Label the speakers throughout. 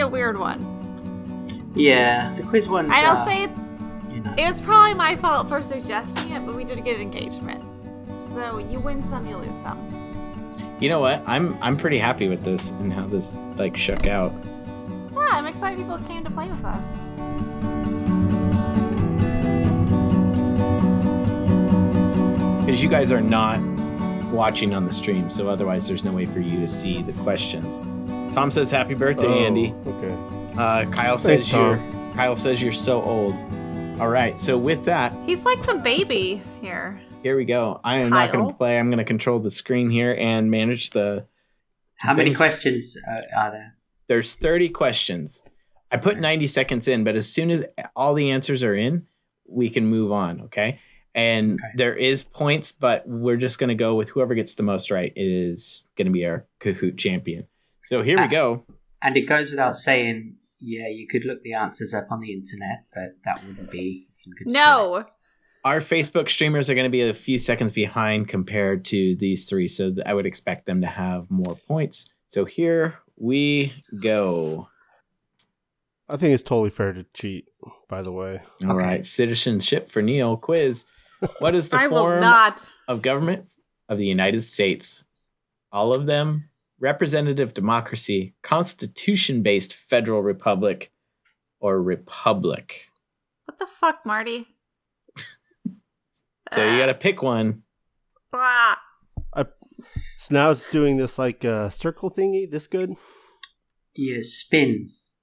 Speaker 1: a weird one.
Speaker 2: Yeah, the quiz ones.
Speaker 1: And I'll
Speaker 2: are,
Speaker 1: say it,
Speaker 2: you know.
Speaker 1: it's probably my fault for suggesting it, but we did get an engagement. So you win some, you lose some.
Speaker 3: You know what? I'm I'm pretty happy with this and how this like shook out.
Speaker 1: Yeah, I'm excited people came to play with us.
Speaker 3: Because you guys are not watching on the stream, so otherwise there's no way for you to see the questions. Tom says happy birthday,
Speaker 4: Oh,
Speaker 3: Andy.
Speaker 4: Okay.
Speaker 3: Uh, Kyle says
Speaker 4: Thanks,
Speaker 3: you're
Speaker 4: Tom.
Speaker 3: Kyle says you're so old. All right, so with that,
Speaker 1: He's like the baby here.
Speaker 3: here we go. I am not going
Speaker 1: Kyle?
Speaker 3: to play. I'm going to control the screen here and manage the.
Speaker 2: How many
Speaker 3: things-
Speaker 2: questions uh, are there?
Speaker 3: There's 30 questions. I put 90 seconds in, but as soon as all the answers are in, we can move on. Okay. And
Speaker 2: Okay.
Speaker 3: there is points, but we're just going to go with whoever gets the most right is going to be our Kahoot champion. So here we
Speaker 2: Ah.
Speaker 3: go.
Speaker 2: And it goes without saying, yeah, you could look the answers up on the internet, but that wouldn't be in good
Speaker 1: No.
Speaker 2: spirits.
Speaker 3: Our Facebook streamers are going to be a few seconds behind compared to these three. So th- I would expect them to have more points. So here we go.
Speaker 4: I think it's totally fair to cheat. By the way,
Speaker 3: All right,
Speaker 2: Okay.
Speaker 3: Citizenship for Neil quiz. What is the
Speaker 1: I will
Speaker 3: form
Speaker 1: not.
Speaker 3: of government of the United States. All of them representative democracy, constitution based federal republic, or republic.
Speaker 1: What the fuck, Marty?
Speaker 3: So you got to pick one.
Speaker 1: Ah.
Speaker 4: so now it's doing this like uh, circle thingy. This good?
Speaker 2: Yeah, spins.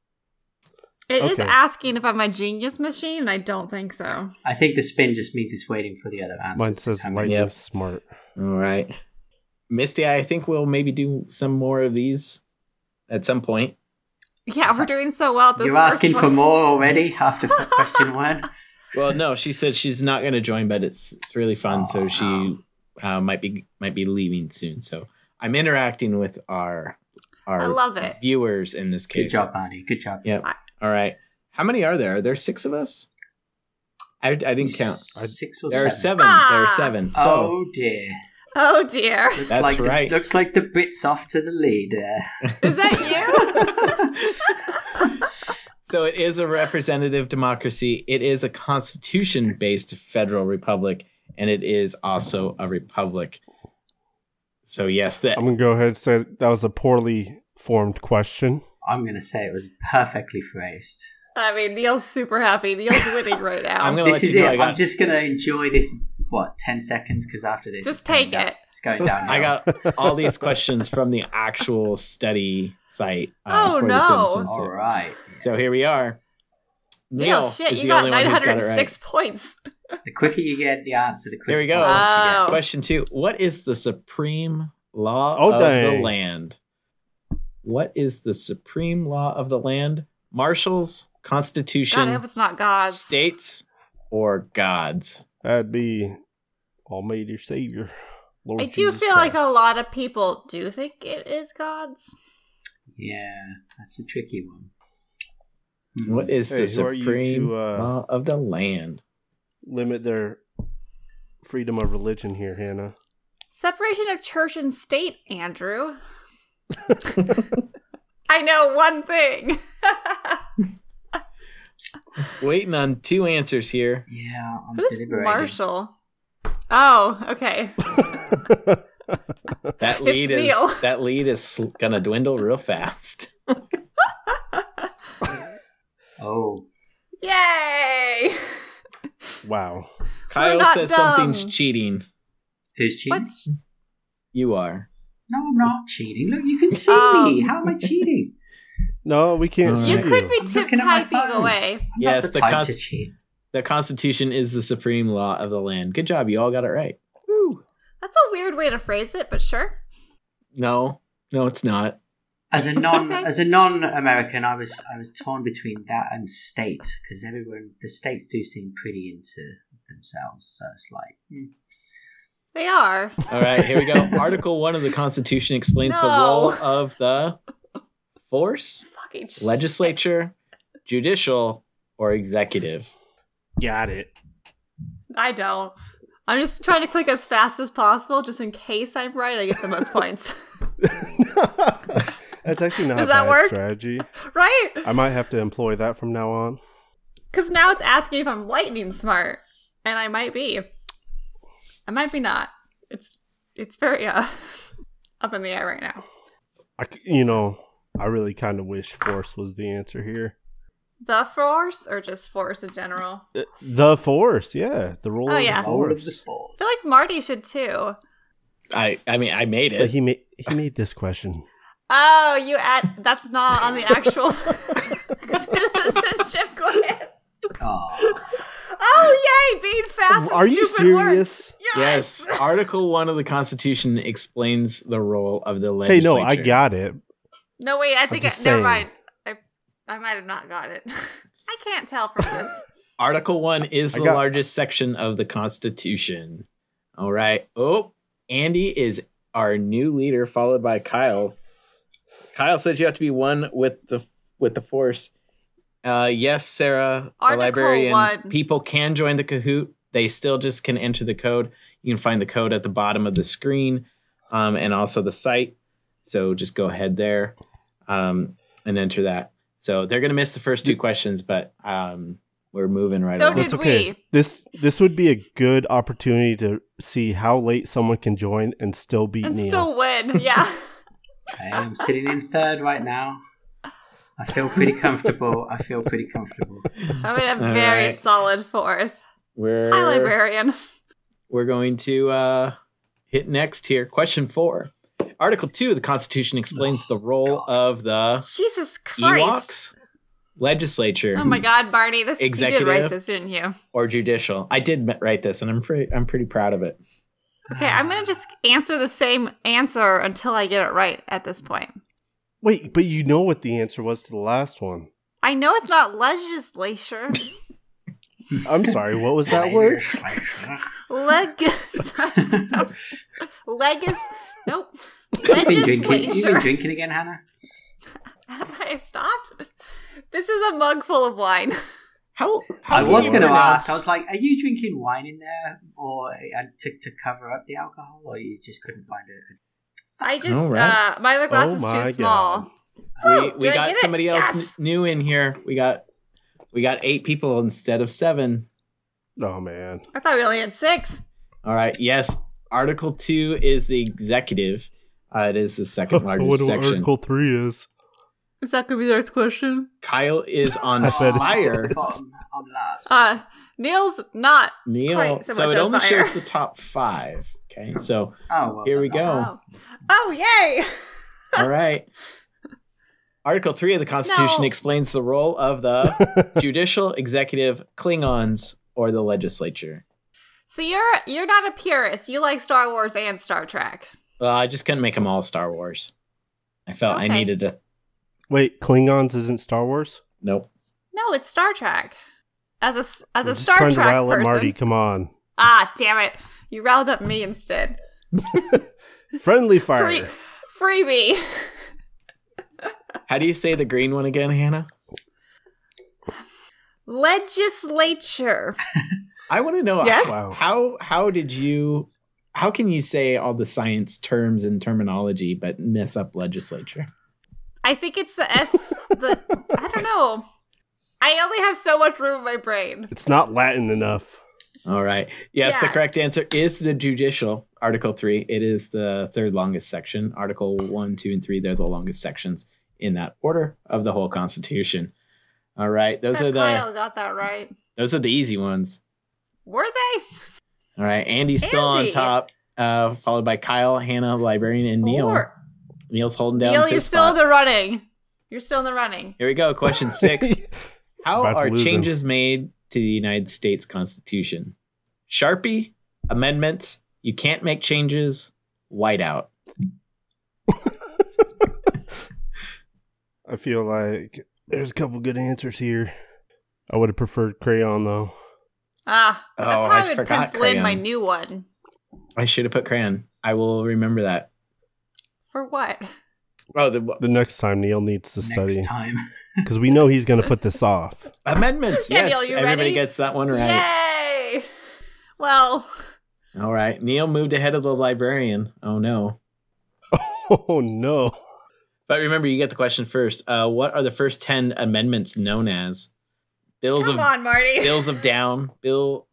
Speaker 1: It is
Speaker 4: Okay.
Speaker 1: asking if I'm a genius machine, and I don't think so.
Speaker 2: I think the spin just means it's waiting for the other answers.
Speaker 4: Mine
Speaker 2: to
Speaker 4: says
Speaker 2: come in.
Speaker 4: lightning
Speaker 3: Yep.
Speaker 4: smart.
Speaker 3: All right. Misty, I think we'll maybe do some more of these at some point.
Speaker 1: Yeah, we're doing so well. at This
Speaker 2: You're
Speaker 1: first
Speaker 2: asking for
Speaker 1: one.
Speaker 2: more already after f- question one.
Speaker 3: Well, no, she said she's not going to join, but it's, it's really fun. so she uh, might be might be leaving soon. So I'm interacting with our our
Speaker 1: I love it.
Speaker 3: viewers in this
Speaker 2: Good
Speaker 3: case.
Speaker 2: job, Marty. Good job.
Speaker 3: Yep.
Speaker 1: I-
Speaker 3: All right. How many are there? Are there six of us? I, I didn't count.
Speaker 2: Six or
Speaker 3: There are
Speaker 2: seven.
Speaker 3: seven. There are
Speaker 1: Ah.
Speaker 3: seven. So
Speaker 2: Oh dear.
Speaker 1: Oh dear,
Speaker 2: Looks
Speaker 3: That's
Speaker 2: like the-
Speaker 3: right.
Speaker 2: looks like the Brits off to the lead there.
Speaker 1: is that you?
Speaker 3: so it is a representative democracy. It is a constitution based federal republic, and it is also a republic. So yes, that
Speaker 4: I'm gonna go ahead and say that was a poorly formed question.
Speaker 2: I'm going to say it was perfectly phrased.
Speaker 1: I mean, Neil's super happy. Neil's winning right now.
Speaker 3: I'm gonna
Speaker 2: This
Speaker 3: let
Speaker 2: is
Speaker 3: you know. I
Speaker 2: it. I'm
Speaker 3: got
Speaker 2: just going to enjoy this, what, 10 seconds? Because after this,
Speaker 1: Just
Speaker 2: it's going
Speaker 1: take
Speaker 2: down-
Speaker 1: it.
Speaker 2: It's going down.
Speaker 3: I got all these questions from the actual study site. uh,
Speaker 1: Oh,
Speaker 3: for
Speaker 1: no.
Speaker 3: The Simpsons.
Speaker 2: All right.
Speaker 3: So
Speaker 2: yes.
Speaker 3: here we are.
Speaker 1: Neil,
Speaker 3: Neil
Speaker 1: shit,
Speaker 3: is
Speaker 1: you
Speaker 3: the
Speaker 1: got
Speaker 3: only one who's got it right.
Speaker 1: 906 points.
Speaker 2: The quicker you get the answer, the quicker
Speaker 3: There we go.
Speaker 2: the points you
Speaker 1: Wow.
Speaker 2: get.
Speaker 3: Question two What is the supreme law
Speaker 4: Oh,
Speaker 3: of
Speaker 4: dang.
Speaker 3: the land? What is the supreme law of the land? Marshals,
Speaker 1: God, I
Speaker 3: Constitution,
Speaker 1: hope it's not God's.
Speaker 3: states, or gods?
Speaker 4: That'd be Almighty Savior. Lord
Speaker 1: I do
Speaker 4: Jesus
Speaker 1: feel like a
Speaker 4: Christ.
Speaker 1: lot of people do think it is God's.
Speaker 2: Yeah, that's a tricky one. Hmm.
Speaker 3: What is
Speaker 4: Hey,
Speaker 3: the
Speaker 4: who are you
Speaker 3: supreme
Speaker 4: to, uh,
Speaker 3: law of the land?
Speaker 4: limit their freedom of religion here, Hannah.
Speaker 1: Separation of church and state, Andrew. I know one thing.
Speaker 3: Waiting on two answers here.
Speaker 2: Yeah, I'm
Speaker 1: Who's
Speaker 2: deliberating.
Speaker 1: Marshall? Oh, okay.
Speaker 3: That lead is
Speaker 1: Neil.
Speaker 3: that lead is sl- gonna dwindle real fast.
Speaker 2: Oh,
Speaker 1: Yay!
Speaker 4: wow.
Speaker 3: Kyle
Speaker 1: not
Speaker 3: says
Speaker 1: dumb.
Speaker 3: something's cheating.
Speaker 2: who's cheating?
Speaker 1: What's
Speaker 3: You are.
Speaker 2: No, I'm not cheating. Look, you can see
Speaker 1: Um,
Speaker 2: me. How am I cheating?
Speaker 4: No, we can't
Speaker 3: All
Speaker 4: see
Speaker 1: you
Speaker 3: right.
Speaker 1: could be
Speaker 2: I'm
Speaker 1: tip
Speaker 2: looking at my
Speaker 1: typing
Speaker 2: phone.
Speaker 1: away.
Speaker 2: I'm
Speaker 3: Yes,
Speaker 2: not the,
Speaker 3: the
Speaker 2: type
Speaker 3: cons-
Speaker 2: to cheat.
Speaker 3: The Constitution is the supreme law of the land. Good job, you all got it right. Woo.
Speaker 1: That's a weird way to phrase it, but sure.
Speaker 3: No, no, it's not.
Speaker 2: As a non
Speaker 1: Okay.
Speaker 2: as a non American, I was I was torn between that and state because everyone the states do seem pretty into themselves. So it's like hmm.
Speaker 1: They are.
Speaker 3: All right, here we go. Article one of the Constitution explains the
Speaker 1: No.
Speaker 3: role of the force,
Speaker 1: Fucking sh-
Speaker 3: legislature, judicial, or executive.
Speaker 4: Got it.
Speaker 1: I don't. I'm just trying to click as fast as possible just in case I'm right, I get the most points.
Speaker 4: That's actually not
Speaker 1: Does
Speaker 4: a
Speaker 1: that
Speaker 4: bad
Speaker 1: work?
Speaker 4: strategy.
Speaker 1: Right?
Speaker 4: I might have to employ that from now on.
Speaker 1: Because now it's asking if I'm lightning smart, and I might be. I might be not. It's it's very uh, up in the air right now.
Speaker 4: I c you know, I really kind of wish force was the answer here.
Speaker 1: The force, or just force in general.
Speaker 4: The force, yeah, the role
Speaker 1: Oh,
Speaker 4: of
Speaker 1: yeah.
Speaker 4: the
Speaker 2: Roll of
Speaker 4: force.
Speaker 2: the force.
Speaker 1: I feel like Marty should too.
Speaker 3: I I mean I made
Speaker 4: But
Speaker 3: it.
Speaker 4: he made he made this question.
Speaker 1: Oh, you add that's not on the actual citizenship quiz.
Speaker 2: Oh,
Speaker 1: Oh yay, being fast.
Speaker 4: Are
Speaker 1: is
Speaker 4: you
Speaker 1: stupid work.
Speaker 4: serious?
Speaker 1: Yes.
Speaker 3: Yes, Article One of the Constitution explains the role of the
Speaker 4: Hey,
Speaker 3: legislature.
Speaker 4: no, I got it.
Speaker 1: No wait, I think I,
Speaker 4: just
Speaker 1: never
Speaker 4: saying.
Speaker 1: mind. I I might have not got it. I can't tell from this.
Speaker 3: Article One is
Speaker 4: I
Speaker 3: the
Speaker 4: got-
Speaker 3: largest section of the Constitution. All right. Oh, Andy is our new leader, followed by Kyle. Kyle said you have to be one with the with the force. Uh, yes, Sarah,
Speaker 1: Article
Speaker 3: the librarian.
Speaker 1: one.
Speaker 3: People can join the Kahoot. They still just can enter the code. You can find the code at the bottom of the screen, um, and also the site. So just go ahead there, um, and enter that. So they're gonna miss the first two questions, but um, we're moving right
Speaker 1: So
Speaker 3: along.
Speaker 1: did-
Speaker 4: That's okay.
Speaker 1: we?
Speaker 4: This this would be a good opportunity to see how late someone can join and still beat
Speaker 1: And
Speaker 4: Neil.
Speaker 1: still win, yeah.
Speaker 2: I am sitting in third right now. I feel pretty comfortable. I feel pretty comfortable.
Speaker 1: I'm in a
Speaker 3: All
Speaker 1: very
Speaker 3: right.
Speaker 1: solid fourth. Hi,
Speaker 3: We're
Speaker 1: librarian.
Speaker 3: we're going to uh, hit next here. Question four, Article two of the Constitution explains the role
Speaker 2: God.
Speaker 3: of the
Speaker 1: Jesus Christ.
Speaker 3: Ewoks legislature
Speaker 1: Oh my God, Barney! This you did write
Speaker 3: Executive.
Speaker 1: this, didn't you?
Speaker 3: or judicial. I did m- write this, and I'm pretty I'm pretty proud of it.
Speaker 1: Okay, I'm gonna just answer the same answer until I get it right. At this point,
Speaker 4: Wait, but you know what the answer was to the last one.
Speaker 1: I know it's not legislature.
Speaker 4: I'm sorry, what was that word?
Speaker 1: Leg. no. Legis. Nope.
Speaker 2: You've been drinking. You've been
Speaker 1: Legislature.
Speaker 2: drinking again, Hannah.
Speaker 1: Have I stopped? This is a mug full of wine.
Speaker 3: How, how
Speaker 2: I
Speaker 3: do
Speaker 2: was
Speaker 3: you
Speaker 2: going to
Speaker 3: pronounce-
Speaker 2: ask. I was like, "Are you drinking wine in there, or uh, to to cover up the alcohol, or you just couldn't find it?"
Speaker 1: I just
Speaker 3: All right.
Speaker 1: uh, my other glass
Speaker 4: Oh
Speaker 1: is
Speaker 4: my
Speaker 1: too small.
Speaker 4: God.
Speaker 3: we,
Speaker 1: Oh,
Speaker 3: we
Speaker 1: did I
Speaker 3: got
Speaker 1: get it?
Speaker 3: somebody else n-
Speaker 1: Yes.
Speaker 3: new in here. We got we got eight people instead of seven.
Speaker 4: Oh man.
Speaker 1: I thought we only had six.
Speaker 3: All right. Yes. Article two is the executive. Uh, it is the second
Speaker 4: what
Speaker 3: largest section.
Speaker 4: Article 3 is.
Speaker 1: Is that gonna be the next question?
Speaker 3: Kyle is on
Speaker 4: I said-
Speaker 3: fire.
Speaker 2: Bottom, I'm last.
Speaker 1: Uh, Neil's not.
Speaker 3: Neil.
Speaker 1: Quite so
Speaker 3: So,
Speaker 1: much
Speaker 3: it
Speaker 1: on
Speaker 3: only
Speaker 1: fire.
Speaker 3: shows the top five. Okay. So
Speaker 2: oh well. then
Speaker 3: here we
Speaker 2: I'm
Speaker 3: go.
Speaker 2: last.
Speaker 1: Oh, yay!
Speaker 3: all right. Article three of the Constitution
Speaker 1: No.
Speaker 3: explains the role of the judicial, executive, Klingons, or the legislature.
Speaker 1: So you're you're not a purist. You like Star Wars and Star Trek.
Speaker 3: Well, I just couldn't make them all Star Wars. I felt I
Speaker 1: Okay.
Speaker 3: needed a
Speaker 4: Wait, Klingons isn't Star Wars?
Speaker 3: nope.
Speaker 1: No, it's Star Trek. As a s- as
Speaker 4: We're
Speaker 1: a
Speaker 4: just
Speaker 1: Star
Speaker 4: trying to
Speaker 1: Trek
Speaker 4: rile up
Speaker 1: person.
Speaker 4: Marty, come on.
Speaker 1: Ah, damn it! You riled up me instead.
Speaker 4: Friendly fire.
Speaker 1: Free, free me.
Speaker 3: How do you say the green one again, Hannah?
Speaker 1: Legislature.
Speaker 3: I want to know
Speaker 1: Yes?
Speaker 4: Wow.
Speaker 3: how how did you how can you say all the science terms and terminology but mess up legislature?
Speaker 1: I think it's the S. The I don't know. I only have so much room in my brain.
Speaker 4: It's not Latin enough.
Speaker 3: All right. Yes, the
Speaker 1: Yeah.
Speaker 3: correct answer is the judicial article 3. It is the third longest section. Article 1, 2 and 3 they're the longest sections in that order of the whole constitution. All right. Those
Speaker 1: Bet
Speaker 3: are the
Speaker 1: Uh, Kyle got that right.
Speaker 3: those are the easy ones.
Speaker 1: Were they?
Speaker 3: All right. Andy's still
Speaker 1: Andy!
Speaker 3: on top. Uh, followed by Kyle, Hannah, librarian, and Neil.
Speaker 1: Four.
Speaker 3: Neil's holding down.
Speaker 1: Neil,
Speaker 3: the
Speaker 1: you're
Speaker 3: fifth
Speaker 1: still
Speaker 3: spot.
Speaker 1: in the running. You're still in the running.
Speaker 3: Here we go. Question six. How
Speaker 4: About to
Speaker 3: are
Speaker 4: lose him.
Speaker 3: changes made to the United States Constitution? Sharpie, amendments, you can't make changes, whiteout.
Speaker 4: I feel like there's a couple good answers here. I would have preferred crayon though.
Speaker 1: Ah,
Speaker 3: Oh,
Speaker 1: that's how
Speaker 3: I
Speaker 1: I, would
Speaker 3: forgot
Speaker 1: pencil in my
Speaker 3: crayon.
Speaker 1: new one.
Speaker 3: I should have put crayon. I will remember that.
Speaker 1: For what?
Speaker 3: Oh, the
Speaker 4: The next time Neil needs to study
Speaker 2: Next time.
Speaker 4: because we know he's going to put this off.
Speaker 3: amendments.
Speaker 1: Yeah,
Speaker 3: yes,
Speaker 1: Neil, you
Speaker 3: everybody
Speaker 1: ready?
Speaker 3: gets that one right.
Speaker 1: Yay! Well,
Speaker 3: All right. Neil moved ahead of the librarian. Oh no.
Speaker 4: Oh no!
Speaker 3: But remember, you get the question first. Uh, what are the first ten amendments known as? Bills
Speaker 1: Come
Speaker 3: of
Speaker 1: on, Marty.
Speaker 3: bills of down, bill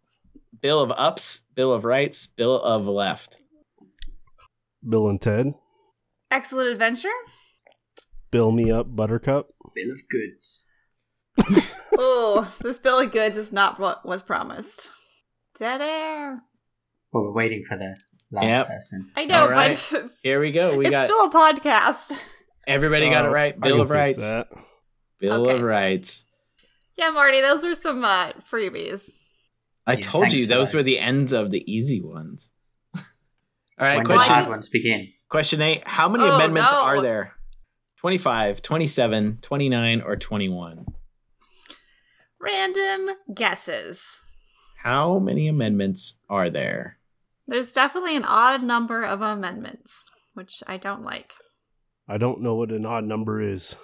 Speaker 3: bill of ups, bill of rights, bill of left.
Speaker 4: Bill and Ted,
Speaker 1: Excellent adventure.
Speaker 4: Bill Me Up, Buttercup.
Speaker 2: Bill of goods.
Speaker 1: Oh, this bill of goods is not what was promised. Dead air.
Speaker 2: Well, we're waiting for the last
Speaker 3: Yep.
Speaker 2: person.
Speaker 1: I know,
Speaker 3: All right.
Speaker 1: but it's,
Speaker 3: Here we go. We
Speaker 1: it's
Speaker 3: got
Speaker 1: still a podcast.
Speaker 3: everybody got it
Speaker 4: Oh,
Speaker 3: right.
Speaker 4: I
Speaker 3: Bill
Speaker 4: can
Speaker 3: of
Speaker 4: fix
Speaker 3: rights.
Speaker 4: that.
Speaker 3: Bill
Speaker 1: Okay.
Speaker 3: of rights.
Speaker 1: Yeah, Marty, those were some uh, freebies.
Speaker 3: I
Speaker 2: Yeah,
Speaker 3: told
Speaker 2: thanks
Speaker 3: you
Speaker 2: for
Speaker 3: those were
Speaker 2: those.
Speaker 3: the ends of the easy ones. All right,
Speaker 2: when
Speaker 3: question
Speaker 2: the hard ones begin.
Speaker 3: Question eight How many
Speaker 1: Oh,
Speaker 3: amendments
Speaker 1: no.
Speaker 3: are there? 25, 27, 29, or 21?
Speaker 1: Random guesses.
Speaker 3: How many amendments are there?
Speaker 1: There's definitely an odd number of amendments, which I don't like.
Speaker 4: I don't know what an odd number is.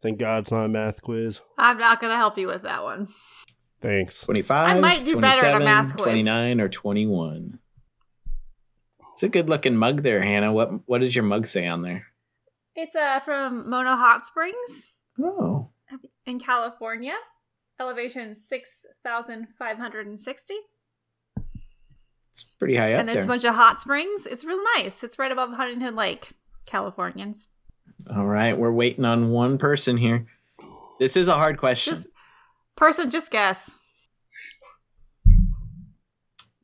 Speaker 4: Thank God it's not a math quiz.
Speaker 1: I'm not going to help you with that one.
Speaker 4: Thanks.
Speaker 3: 25,
Speaker 1: I might do better at a
Speaker 3: 27,
Speaker 1: math quiz.
Speaker 3: 29, or 21? It's a good looking mug there, Hannah. What What does your mug say on there?
Speaker 1: It's uh, from Mono Hot Springs
Speaker 3: Oh,
Speaker 1: in California, elevation 6,560.
Speaker 3: it's pretty high up
Speaker 1: and there's
Speaker 3: there.
Speaker 1: a bunch of hot springs. It's real nice. It's right above Huntington Lake, Californians.
Speaker 3: All right, we're waiting on one person here. This is a hard question.
Speaker 1: Just person, just guess.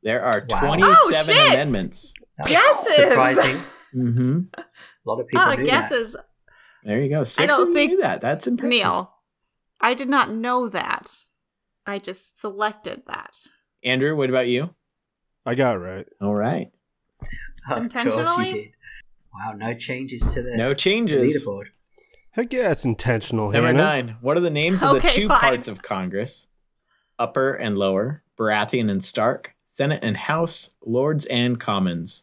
Speaker 3: there are
Speaker 2: Wow.
Speaker 3: 27
Speaker 1: Oh, shit!
Speaker 3: amendments.
Speaker 2: That's
Speaker 1: Guesses!
Speaker 2: Surprising.
Speaker 3: Mm-hmm.
Speaker 2: A lot of people
Speaker 1: Ah,
Speaker 2: do that.
Speaker 1: guesses,
Speaker 3: There you go. Six
Speaker 1: don't
Speaker 3: of you
Speaker 1: think-
Speaker 3: knew that. That's impressive.
Speaker 1: Neil. I did not know that. I just selected that.
Speaker 3: Andrew, what about you?
Speaker 4: I got it right.
Speaker 3: All right.
Speaker 2: Of course
Speaker 1: Intentionally?
Speaker 2: you did. Wow, no changes to the
Speaker 3: No
Speaker 2: to the
Speaker 3: changes.
Speaker 2: leaderboard.
Speaker 4: Heck yeah, it's intentional,
Speaker 3: Number
Speaker 4: Hannah.
Speaker 3: nine. What are the names of the
Speaker 1: Okay,
Speaker 3: two
Speaker 1: fine.
Speaker 3: parts of Congress? Upper and lower, Baratheon and Stark, Senate and House, Lords and Commons.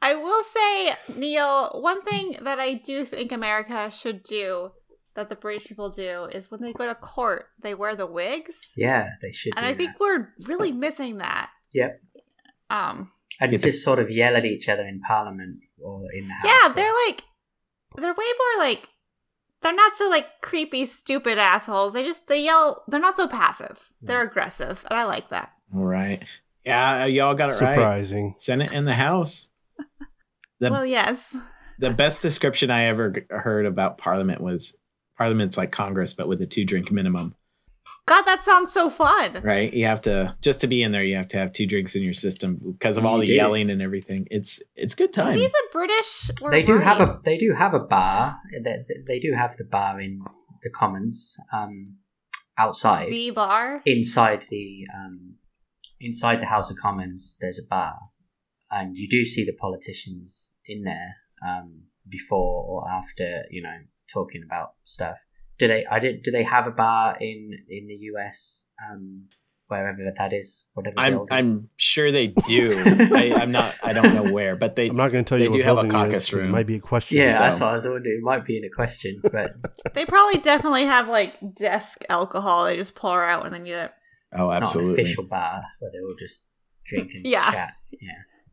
Speaker 1: I will say, Neil, one thing that I do think America should do that the British people do is when they go to court, they wear the wigs.
Speaker 2: Yeah, they should.
Speaker 1: And
Speaker 2: do
Speaker 1: I think
Speaker 2: that.
Speaker 1: we're really missing that.
Speaker 2: Yep.
Speaker 1: Um
Speaker 2: and
Speaker 3: Yeah,
Speaker 2: just sort of yell at each other in Parliament or in the House.
Speaker 1: Yeah,
Speaker 2: or-
Speaker 1: they're like they're way more like they're not so like creepy, stupid assholes. They just they yell they're not so passive.
Speaker 2: Hmm.
Speaker 1: They're aggressive. And I like that.
Speaker 3: All right. Yeah, y'all got it right.
Speaker 4: Surprising.
Speaker 3: Senate and the House. The
Speaker 1: well, yes.
Speaker 3: the best description I ever g- heard about Parliament was Parliament's like Congress, but with a two drink minimum.
Speaker 1: God, that sounds so fun.
Speaker 3: Right? You have to just to be in there, you have to have two drinks in your system because of all
Speaker 2: You
Speaker 3: the
Speaker 2: do.
Speaker 3: yelling and everything. It's it's good time.
Speaker 1: Maybe the British were
Speaker 2: they do have
Speaker 1: right.
Speaker 2: a they do have a bar. They, they do have the bar in the Commons um, outside.
Speaker 1: V bar.
Speaker 2: inside the um, inside the House of Commons, there's a bar, and you do see the politicians in there um, before or after, you know, talking about stuff. Do they? I did. Do they have a bar in in the US, um, wherever that is, whatever
Speaker 3: I'm
Speaker 2: building?
Speaker 3: I'm sure they do. I, I'm not. I don't know where, but they.
Speaker 4: I'm not going to tell
Speaker 3: They
Speaker 4: you
Speaker 3: do
Speaker 4: what
Speaker 3: have a
Speaker 4: building it
Speaker 3: caucus
Speaker 4: is 'cause
Speaker 3: room.
Speaker 4: it might be a question.
Speaker 2: yeah,
Speaker 3: so-
Speaker 2: that's what I was wondering. It might be in a question, but
Speaker 1: They probably definitely have like desk alcohol. They just pour out when they need it.
Speaker 3: oh,
Speaker 2: not an
Speaker 3: absolutely.
Speaker 2: official bar where they will just drink and
Speaker 1: Yeah.
Speaker 2: chat.
Speaker 1: We're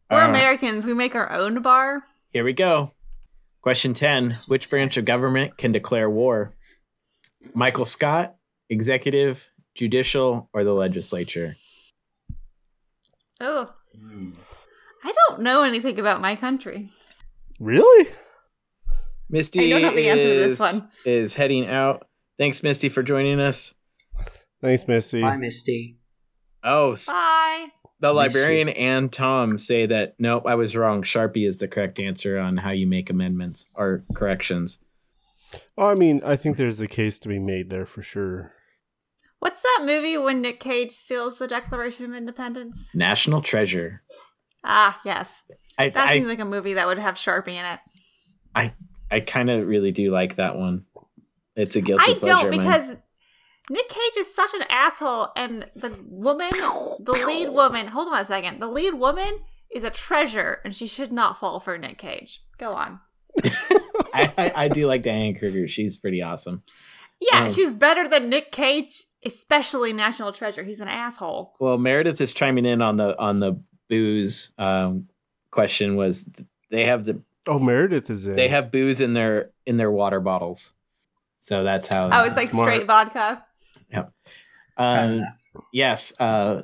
Speaker 3: All right,
Speaker 1: Americans. We make our own bar.
Speaker 3: here we go. Question ten: Which branch of government can declare war? Michael Scott, executive, judicial, or the legislature?
Speaker 1: Oh,
Speaker 2: Mm.
Speaker 1: I don't know anything about my country.
Speaker 4: Really?
Speaker 3: Misty
Speaker 1: I don't know the answer to this
Speaker 3: is,
Speaker 1: one.
Speaker 3: is heading out. Thanks, Misty, for joining us.
Speaker 4: Thanks, Missy.
Speaker 2: Bye, Misty.
Speaker 3: Oh, s-
Speaker 1: Bye.
Speaker 3: the
Speaker 2: Misty.
Speaker 3: librarian and Tom say that nope, I was wrong. Sharpie is the correct answer on how you make amendments or corrections.
Speaker 4: Oh, I mean, I think there's a case to be made there for sure.
Speaker 1: What's that movie when Nick Cage steals the Declaration of Independence?
Speaker 3: National treasure.
Speaker 1: Ah, yes.
Speaker 3: I,
Speaker 1: That
Speaker 3: I
Speaker 1: seems like a movie that would have Sharpie in it.
Speaker 3: I kind of really do like that one. It's a guilty
Speaker 1: I
Speaker 3: pleasure.
Speaker 1: don't
Speaker 3: of mine.
Speaker 1: because Nick Cage is such an asshole, and the woman, the lead woman, hold on a second, the lead woman is a treasure, and she should not fall for Nick Cage. Go on.
Speaker 3: I, I, I do like Diane Kruger. She's pretty awesome.
Speaker 1: Yeah,
Speaker 3: Um,
Speaker 1: she's better than Nick Cage, especially National Treasure. He's an asshole.
Speaker 3: Well, Meredith is chiming in on the on the booze um, question. Was they have the
Speaker 4: Oh, Meredith is in.
Speaker 3: They have booze in their in their water bottles, so that's how.
Speaker 1: Oh, it's like
Speaker 4: Smart.
Speaker 1: straight vodka.
Speaker 3: Um, Yes. Uh,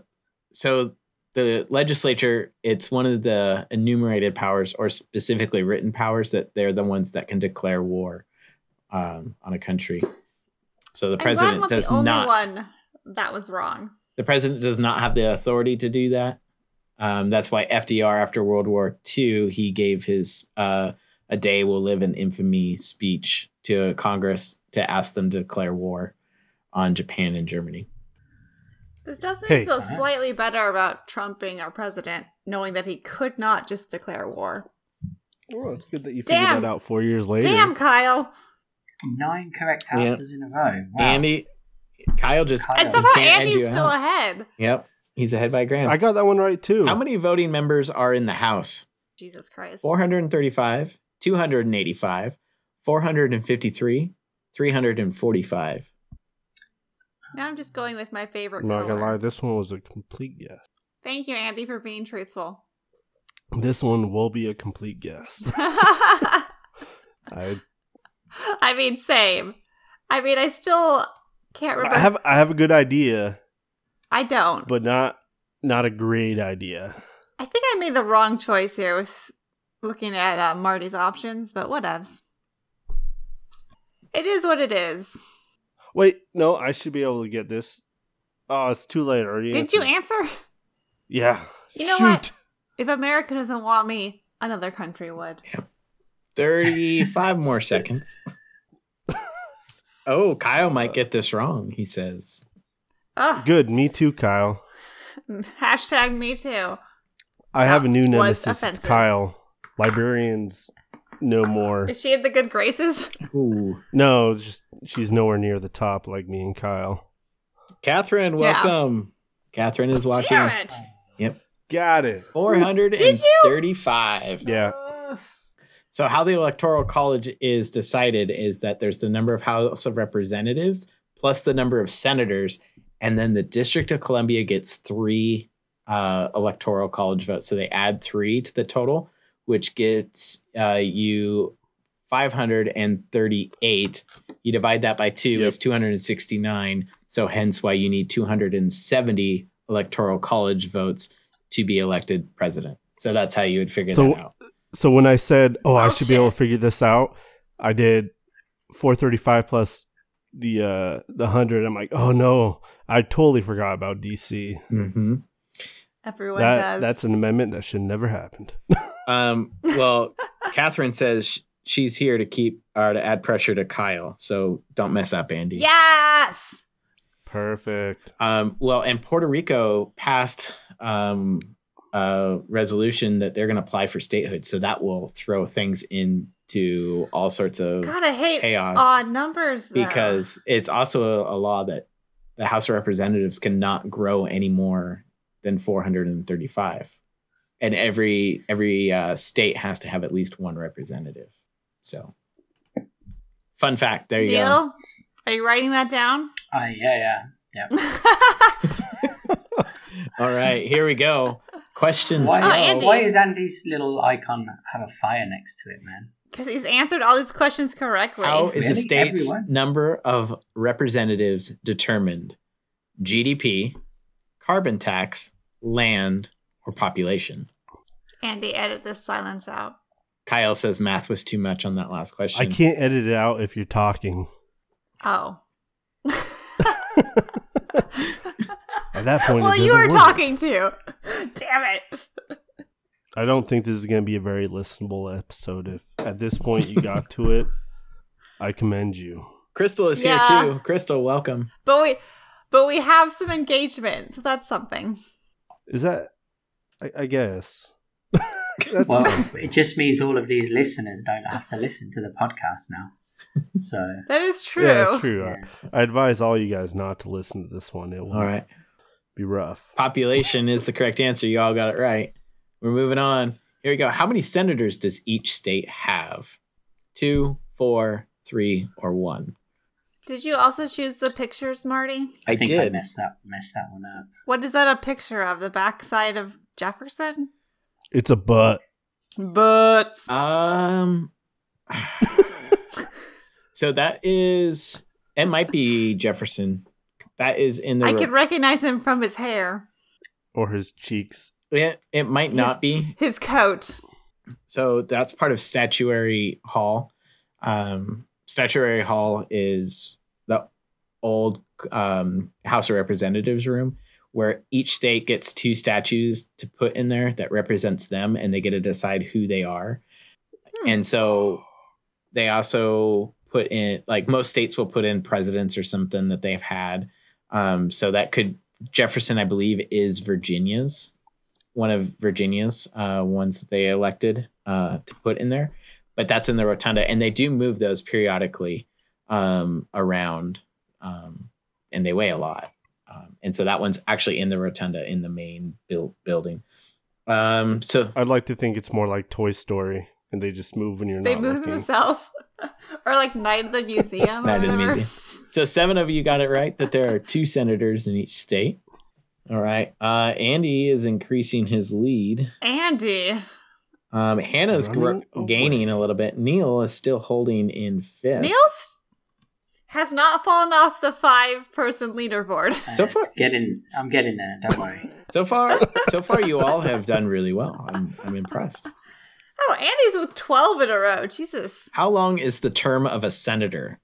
Speaker 3: so the legislature, it's one of the enumerated powers or specifically written powers that they're the ones that can declare war um, on a country. So the
Speaker 1: I'm glad I'm
Speaker 3: president
Speaker 1: not
Speaker 3: does
Speaker 1: the only
Speaker 3: not.
Speaker 1: one that was wrong.
Speaker 3: The president does not have the authority to do that. Um, that's why FDR, after World War II, he gave his uh, "A Day Will Live in Infamy" speech to Congress to ask them to declare war on Japan and Germany.
Speaker 1: This doesn't
Speaker 4: Hey.
Speaker 1: feel
Speaker 2: Alright.
Speaker 1: slightly better about Trump being our president, knowing that he could not just declare war.
Speaker 4: Oh, it's good that you figured
Speaker 1: Damn.
Speaker 4: that out four years later.
Speaker 1: Damn, Kyle!
Speaker 2: Nine correct
Speaker 3: Yeah.
Speaker 2: houses in a row. Wow.
Speaker 3: Andy, Kyle just
Speaker 2: Kyle.
Speaker 1: And
Speaker 2: You
Speaker 1: somehow
Speaker 3: can't edge you
Speaker 1: Andy's still
Speaker 3: out.
Speaker 1: ahead.
Speaker 3: Yep. He's ahead by a grand.
Speaker 4: I got that one right too.
Speaker 3: How many voting members are in the House?
Speaker 1: Jesus Christ!
Speaker 3: 435, 285, 453, 345.
Speaker 1: Now I'm just going with my favorite
Speaker 4: I'm not gonna lie,
Speaker 1: color.
Speaker 4: this one was a complete guess.
Speaker 1: Thank you, Andy, for being truthful.
Speaker 4: This one will be a complete guess. I,
Speaker 1: I mean, same. I mean, I still can't remember.
Speaker 4: I have I have a good idea,
Speaker 1: I don't.
Speaker 4: but not not a great idea.
Speaker 1: I think I made the wrong choice here with looking at uh, Marty's options, but whatevs. It is what it is.
Speaker 4: Wait, no, I should be able to get this. Oh, it's too late already.
Speaker 1: Did you
Speaker 4: answered.
Speaker 1: answer?
Speaker 4: Yeah.
Speaker 1: You know
Speaker 4: Shoot.
Speaker 1: what? If America doesn't want me, another country would.
Speaker 3: 35 more seconds. Oh, Kyle might get this wrong, he says.
Speaker 1: Ugh.
Speaker 4: Good. Me too, Kyle.
Speaker 1: Hashtag me too.
Speaker 4: I have a new
Speaker 1: That was
Speaker 4: nemesis. It's
Speaker 1: offensive.
Speaker 4: Kyle. Librarians, no more.
Speaker 1: Is she in the good graces?
Speaker 3: Ooh.
Speaker 4: No, it's just she's nowhere near the top like me and Kyle.
Speaker 3: Catherine,
Speaker 1: Yeah.
Speaker 3: welcome. Catherine is watching
Speaker 1: Damn
Speaker 3: us.
Speaker 1: it.
Speaker 4: Got it.
Speaker 3: 435.
Speaker 4: Yeah.
Speaker 1: Ugh.
Speaker 3: So, how the Electoral College is decided is that there's the number of House of Representatives plus the number of senators, and then the District of Columbia gets three uh, Electoral College votes. So they add three to the total, which gets uh, you 538. You divide that by two,
Speaker 4: Yep.
Speaker 3: it's 269. So, hence why you need 270 Electoral College votes to be elected president. So, that's how you would figure
Speaker 4: So-
Speaker 3: that out.
Speaker 4: So when I said, "Oh, I
Speaker 1: Oh,
Speaker 4: should be
Speaker 1: shit.
Speaker 4: able to figure this out," I did 435 plus the uh the 100. I'm like, "Oh no, I totally forgot about DC."
Speaker 3: hmm
Speaker 1: Everyone
Speaker 4: That
Speaker 1: does.
Speaker 4: that's an amendment that should never happened.
Speaker 3: Um, well, Catherine says sh- she's here to keep or to add pressure to Kyle, so don't mess up, Andy.
Speaker 1: yes.
Speaker 4: Perfect.
Speaker 3: Um, well, and Puerto Rico passed um, a resolution that they're going to apply for statehood, so that will throw things into all sorts of
Speaker 1: God, I hate
Speaker 3: chaos
Speaker 1: odd numbers. Though.
Speaker 3: because it's also a, a law that the House of Representatives cannot grow any more than 435, and every every uh, state has to have at least one representative. So, fun fact. There you
Speaker 1: deal.
Speaker 3: go.
Speaker 1: Are you writing that down?
Speaker 2: Oh, yeah, yeah.
Speaker 3: All right, here we go. Question.
Speaker 2: Why, uh,
Speaker 1: Oh, Andy.
Speaker 2: why is Andy's little icon have a fire next to it, man?
Speaker 1: Because he's answered all these questions correctly.
Speaker 3: How is a
Speaker 2: Really?
Speaker 3: state's
Speaker 2: Everyone?
Speaker 3: number of representatives determined? GDP, carbon tax, land, or population?
Speaker 1: Andy, edit this silence out.
Speaker 3: Kyle says math was too much on that last question.
Speaker 4: I can't edit it out if you're talking.
Speaker 1: Oh.
Speaker 4: At that point, it
Speaker 1: well, you
Speaker 4: doesn't
Speaker 1: were
Speaker 4: work.
Speaker 1: talking too. Damn it.
Speaker 4: I don't think this is going to be a very listenable episode. If at this point you got to it, I commend you.
Speaker 3: Crystal is
Speaker 1: Yeah.
Speaker 3: here too. Crystal, welcome.
Speaker 1: But we, but we have some engagement, so that's something.
Speaker 4: Is that? I, I guess. That's
Speaker 2: Well,
Speaker 4: something.
Speaker 2: it just means all of these listeners don't have to listen to the podcast now. So,
Speaker 1: That is true.
Speaker 4: Yeah, it's true.
Speaker 2: yeah.
Speaker 4: I, I advise all you guys not to listen to this one. It will
Speaker 3: All right.
Speaker 4: be rough.
Speaker 3: Population is the correct answer. You all got it right. We're moving on. Here we go. How many senators does each state have? Two, four, three, or one?
Speaker 1: Did you also choose the pictures, Marty?
Speaker 2: I,
Speaker 3: I
Speaker 2: think I
Speaker 3: did.
Speaker 2: messed that messed that one up.
Speaker 1: What is that a picture of? The backside of Jefferson?
Speaker 4: It's a butt.
Speaker 1: But
Speaker 3: Um. so that is. It might be Jefferson. That is in the.
Speaker 1: I
Speaker 3: re-
Speaker 1: can recognize him from his hair,
Speaker 4: or his cheeks.
Speaker 3: it, it might not be.
Speaker 1: his coat.
Speaker 3: So that's part of Statuary Hall. Um, Statuary Hall is the old um, House of Representatives room where each state gets two statues to put in there that represents them, and they get to decide who they are.
Speaker 1: Hmm.
Speaker 3: And so they also put in like most states will put in presidents or something that they've had. Um, so that could Jefferson, I believe, is Virginia's one of Virginia's uh, ones that they elected uh, to put in there. But that's in the rotunda, and they do move those periodically um, around, um, and they weigh a lot. Um, and so that one's actually in the rotunda in the main build building. Um, so
Speaker 4: I'd like to think it's more like Toy Story, and they just move when you're
Speaker 1: They
Speaker 4: not
Speaker 1: move
Speaker 4: looking.
Speaker 1: themselves, or like Night of the Museum. or
Speaker 3: Night of the
Speaker 1: whatever.
Speaker 3: Museum. So seven of you got it right that there are two senators in each state. All right. Uh, Andy is increasing his lead.
Speaker 1: Andy,
Speaker 3: Um, Hannah's gr-
Speaker 4: Running away.
Speaker 3: gaining a little bit. Neil is still holding in fifth.
Speaker 1: Niels has not fallen off the five-person leaderboard.
Speaker 2: Uh,
Speaker 3: So
Speaker 2: it's
Speaker 3: far-
Speaker 2: getting, I'm getting there. Don't worry.
Speaker 3: So far, so far, you all have done really well. I'm, I'm impressed.
Speaker 1: Oh, Andy's with twelve in a row. Jesus.
Speaker 3: How long is the term of a senator?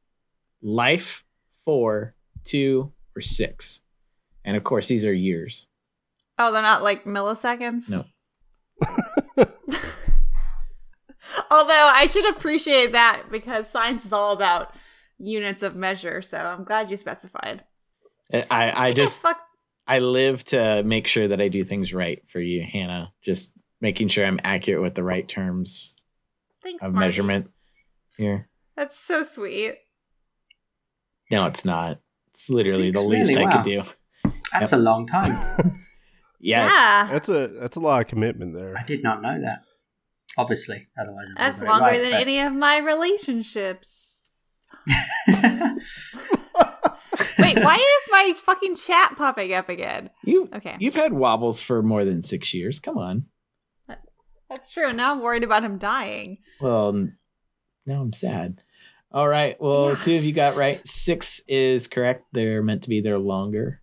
Speaker 3: Life, four, two, or six? And of course, these are years.
Speaker 1: Oh, they're not like milliseconds?
Speaker 3: No.
Speaker 1: Although I should appreciate that because science is all about units of measure, so I'm glad you specified.
Speaker 3: I, Uh, I I just
Speaker 1: fuck
Speaker 3: I live to make sure that I do things right for you, Hannah. Just making sure I'm accurate with the right terms
Speaker 1: thanks,
Speaker 3: of
Speaker 1: Marty.
Speaker 3: measurement here.
Speaker 1: That's so sweet.
Speaker 3: No, it's not. It's literally
Speaker 2: Six,
Speaker 3: the least
Speaker 2: really?
Speaker 3: I could do.
Speaker 2: Wow. That's a long time.
Speaker 3: Yes.
Speaker 1: Yeah.
Speaker 4: That's a that's a lot of commitment there.
Speaker 2: I did not know that. Obviously, otherwise I
Speaker 1: That's
Speaker 2: would've
Speaker 1: longer
Speaker 2: got it
Speaker 1: than
Speaker 2: right,
Speaker 1: any of my relationships.
Speaker 2: but-
Speaker 1: Wait, why is my fucking chat popping up again?
Speaker 3: You
Speaker 1: Okay.
Speaker 3: you've had wobbles for more than 6 years. Come on.
Speaker 1: That's true. Now I'm worried about him dying.
Speaker 3: Well, n- now I'm sad. All right. Well,
Speaker 1: Yeah.
Speaker 3: two of you got right. 6 is correct. They're meant to be there longer.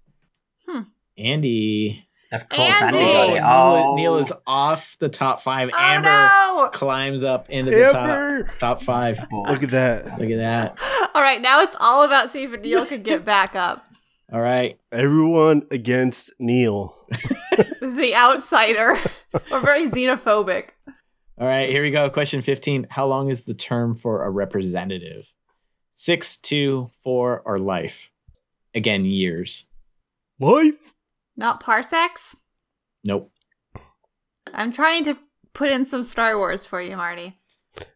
Speaker 1: Hmm.
Speaker 3: Andy.
Speaker 2: Of course,
Speaker 1: Andy!
Speaker 2: Andy, got it.
Speaker 3: Neil,
Speaker 2: Oh,
Speaker 3: Neil is off the top 5.
Speaker 1: Oh
Speaker 3: Amber
Speaker 1: no!
Speaker 3: climbs up into the top
Speaker 4: Amber,
Speaker 3: top 5.
Speaker 2: Oh,
Speaker 4: look at that!
Speaker 3: Look at that.
Speaker 1: All right, now it's all about see if Neil can get back up.
Speaker 3: All right.
Speaker 4: Everyone against Neil.
Speaker 1: The outsider. We're very xenophobic.
Speaker 3: All right. Here we go. Question 15. How long is the term for a representative? Six, two, four, or life? Again, years.
Speaker 4: Life.
Speaker 1: Not parsecs.
Speaker 3: Nope.
Speaker 1: I'm trying to put in some Star Wars for you, Marty.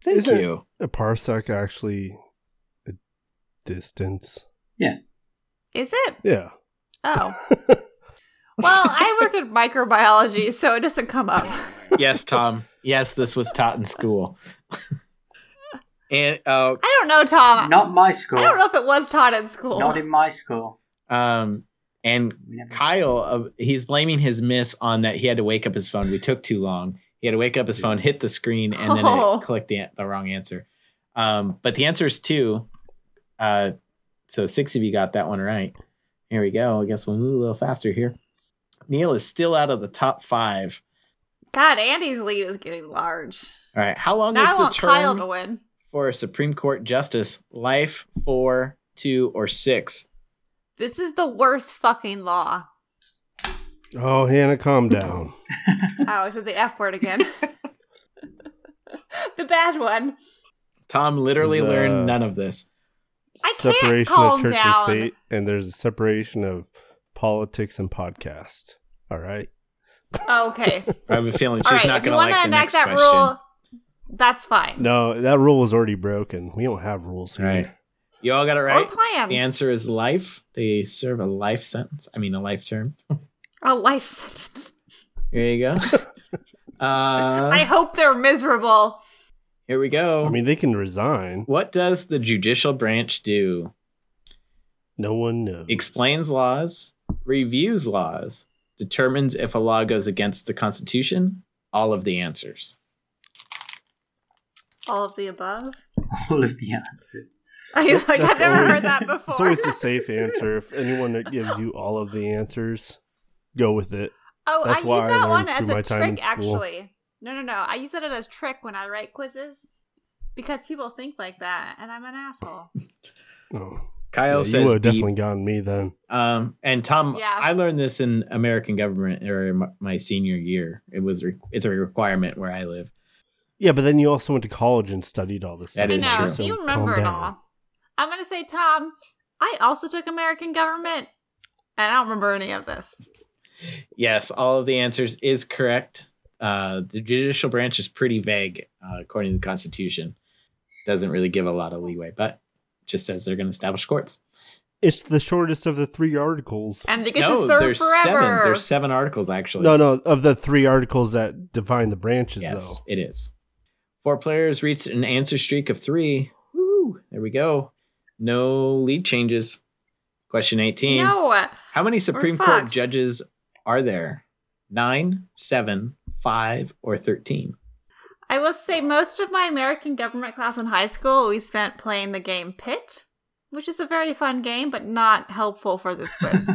Speaker 3: Thank
Speaker 4: Is it-
Speaker 3: you.
Speaker 4: A parsec actually a distance.
Speaker 1: Is it?
Speaker 4: Yeah.
Speaker 1: Oh. Well, I work in microbiology, so it doesn't come up.
Speaker 3: yes, Tom. Yes, this was taught in school. and uh,
Speaker 1: I don't know, Tom.
Speaker 2: Not my
Speaker 1: I
Speaker 2: school.
Speaker 1: don't know if it was taught in school.
Speaker 2: Not in my school.
Speaker 3: um, and
Speaker 2: We never-
Speaker 3: Kyle, uh, he's blaming his miss on that he had to wake up his phone. We took too long. He had to wake up his phone, hit the screen, and then
Speaker 1: Oh.
Speaker 3: it clicked the, the wrong answer. Um, but the answer is two. Uh, so six of you got that one right. Here we go. I guess we'll move a little faster here. Neil is still out of the top five.
Speaker 1: God, Andy's lead is getting large.
Speaker 3: All right. How long
Speaker 1: Now I want
Speaker 3: is the
Speaker 1: Kyle to
Speaker 3: term
Speaker 1: win.
Speaker 3: for a Supreme Court justice? Life, four, two, or six?
Speaker 1: This is the worst fucking law.
Speaker 4: Oh, Hannah, calm down.
Speaker 1: Oh, I said the F word again. the bad one.
Speaker 3: Tom literally learned
Speaker 4: The-
Speaker 3: none of this.
Speaker 1: I can't
Speaker 4: separation
Speaker 1: calm
Speaker 4: of church
Speaker 1: down.
Speaker 4: and state, and there's a separation of politics and podcast. All right.
Speaker 1: Okay.
Speaker 3: I have a feeling
Speaker 1: All
Speaker 3: she's
Speaker 1: right.
Speaker 3: not
Speaker 1: If you
Speaker 3: going to
Speaker 1: want to
Speaker 3: like the
Speaker 1: enact
Speaker 3: next
Speaker 1: that
Speaker 3: question.
Speaker 1: rule, that's fine.
Speaker 4: No, that rule was already broken. We don't have rules here.
Speaker 3: Right. You all got it
Speaker 1: Or
Speaker 3: right.
Speaker 1: plans.
Speaker 3: The answer is life. They serve a life sentence. I mean, a life term.
Speaker 1: A Oh, life sentence.
Speaker 3: Here you go.
Speaker 1: I
Speaker 3: uh,
Speaker 1: hope they're miserable.
Speaker 3: here we go.
Speaker 4: I mean, they can resign.
Speaker 3: what does the judicial branch do?
Speaker 4: No one knows.
Speaker 3: Explains laws, reviews laws, determines if a law goes against the Constitution. All of the answers.
Speaker 1: All of the above.
Speaker 2: All of the answers.
Speaker 1: I like I've
Speaker 4: That's
Speaker 1: never
Speaker 4: always-
Speaker 1: heard that before.
Speaker 4: It's always the safe answer. If anyone that gives you all of the answers, go with it.
Speaker 1: oh, I
Speaker 4: that's
Speaker 1: use
Speaker 4: why I
Speaker 1: that
Speaker 4: learned
Speaker 1: one
Speaker 4: through
Speaker 1: as
Speaker 4: my
Speaker 1: a
Speaker 4: time in
Speaker 1: trick
Speaker 4: school.
Speaker 1: actually. No, no, no. I use that as a trick when I write quizzes because people think like that and I'm an asshole.
Speaker 4: Oh,
Speaker 3: Kyle
Speaker 4: you would
Speaker 3: says
Speaker 4: have
Speaker 3: beep.
Speaker 4: definitely gotten me then.
Speaker 3: Um, and Tom,
Speaker 1: Yeah.
Speaker 3: I learned this in American government or my, my senior year. It was re- it's a requirement where I live.
Speaker 4: Yeah, but then you also went to college and studied all this.
Speaker 3: That
Speaker 4: stuff.
Speaker 1: I
Speaker 3: is
Speaker 1: know.
Speaker 3: true.
Speaker 1: So
Speaker 4: So
Speaker 1: you
Speaker 4: calm
Speaker 1: remember it
Speaker 4: down.
Speaker 1: all. I'm gonna say, Tom, I also took American government and I don't remember any of this.
Speaker 3: Yes, all of the answers is correct. Uh, the judicial branch is pretty vague uh, according to the Constitution. Doesn't really give a lot of leeway, but just says they're going to establish courts.
Speaker 4: It's the shortest of the three articles.
Speaker 1: And they get
Speaker 3: no,
Speaker 1: to serve
Speaker 3: there's seven.
Speaker 1: forever.
Speaker 3: There's seven articles actually.
Speaker 4: No, no, of the three articles that define the branches,
Speaker 3: Yes, it is. Four players reached an answer streak of three. Woo! There we go. No lead changes. Question 18.
Speaker 1: no.
Speaker 3: How many Supreme Court
Speaker 1: fucked.
Speaker 3: judges are there? Nine, seven, five, or 13?
Speaker 1: I will say most of my American government class in high school we spent playing the game Pit, which is a very fun game but not helpful for this quiz.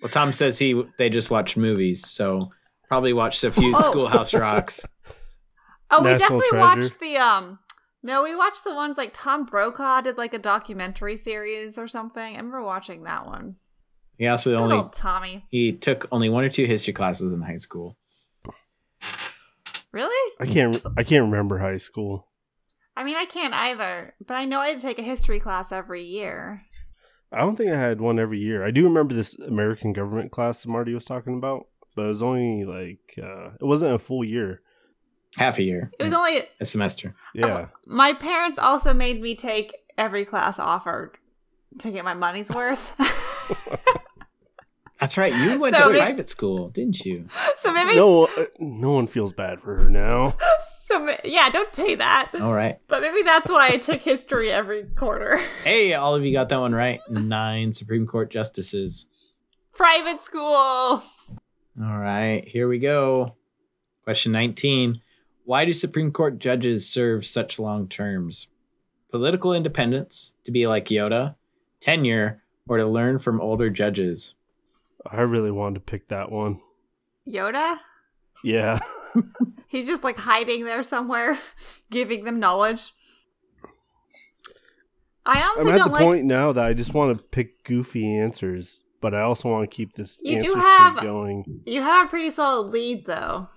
Speaker 3: Well, Tom says he they just watched movies, so probably watched a few
Speaker 1: Oh.
Speaker 3: Schoolhouse Rocks.
Speaker 1: oh, we
Speaker 4: National
Speaker 1: definitely
Speaker 4: Treasure.
Speaker 1: watched the um no, we watched the ones like Tom Brokaw did like a documentary series or something. I remember watching that one.
Speaker 3: He also
Speaker 1: Good
Speaker 3: only
Speaker 1: old Tommy.
Speaker 3: he took only one or two history classes in high school.
Speaker 1: Really?
Speaker 4: though. I can't. I can't remember high school.
Speaker 1: I mean, I can't either, but I know I had to take a history class every year.
Speaker 4: I don't think I had one every year. I do remember this American government class that Marty was talking about, but it was only like uh, it wasn't a full year.
Speaker 3: Half a year.
Speaker 1: It was
Speaker 4: Hmm.
Speaker 1: only
Speaker 3: a semester.
Speaker 1: Oh,
Speaker 4: Yeah,
Speaker 1: my parents also made me take every class offered to get my money's worth.
Speaker 3: That's right. You went
Speaker 1: So
Speaker 3: to
Speaker 1: they-
Speaker 3: private school, didn't you?
Speaker 1: so maybe
Speaker 4: no, uh, no one feels bad for her now.
Speaker 1: So ma- yeah, don't say that.
Speaker 3: All right.
Speaker 1: But maybe that's why I took history every quarter.
Speaker 3: Hey, all of you got that one right. Nine Supreme Court justices.
Speaker 1: Private school.
Speaker 3: All right, here we go. Question 19 Why do Supreme Court judges serve such long terms? Political independence, to be like Yoda, tenure, or to learn from older judges?
Speaker 4: I really wanted to pick that one.
Speaker 1: Yoda?
Speaker 4: Yeah,
Speaker 1: He's just like hiding there somewhere, giving them knowledge. I
Speaker 4: I'm
Speaker 1: honestly
Speaker 4: at the
Speaker 1: don't like.
Speaker 4: point now that I just want to pick goofy answers, but I also want to keep this
Speaker 1: You do
Speaker 4: answer streak
Speaker 1: have-
Speaker 4: going.
Speaker 1: You have a pretty solid lead, though.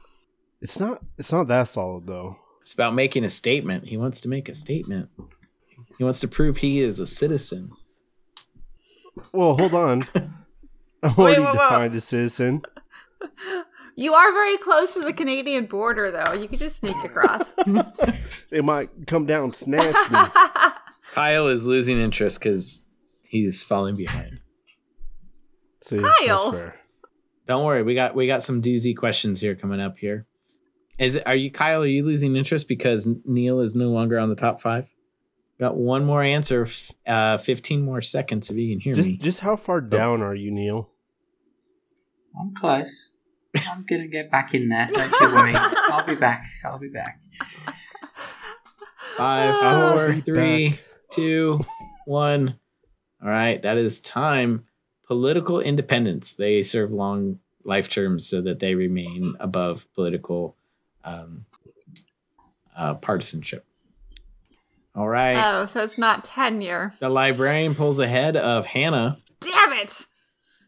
Speaker 4: It's not. It's not that solid though.
Speaker 3: It's about making a statement. He wants to make a statement, he wants to prove he is a citizen.
Speaker 4: Well, hold on. I'm
Speaker 1: Wait,
Speaker 4: already
Speaker 1: whoa, whoa.
Speaker 4: defined as citizen.
Speaker 1: You are very close to the Canadian border, though. You could just sneak across.
Speaker 4: They might come down and snatch me.
Speaker 3: Kyle is losing interest because he's falling behind.
Speaker 4: So, yeah,
Speaker 1: Kyle.
Speaker 4: That's fair.
Speaker 3: Don't worry, we got we got some doozy questions here coming up here. Is are you Kyle? Are you losing interest because Neil is no longer on the top five? Got one more answer, f- uh, fifteen more seconds if you can hear
Speaker 4: Just,
Speaker 3: me. Oh.
Speaker 4: just how far down are you, Neil?
Speaker 2: I'm close. I'm gonna get back in there. Don't you worry. I'll be back. I'll be back.
Speaker 3: Five,
Speaker 4: I'll
Speaker 3: four,
Speaker 4: be
Speaker 3: three,
Speaker 4: Ah! back.
Speaker 3: two, one. All right, that is time. Political independence. They serve long life terms so that they remain above political um, uh, partisanship. All right.
Speaker 1: oh, so it's not tenure.
Speaker 3: The librarian pulls ahead of Hannah.
Speaker 1: Damn it!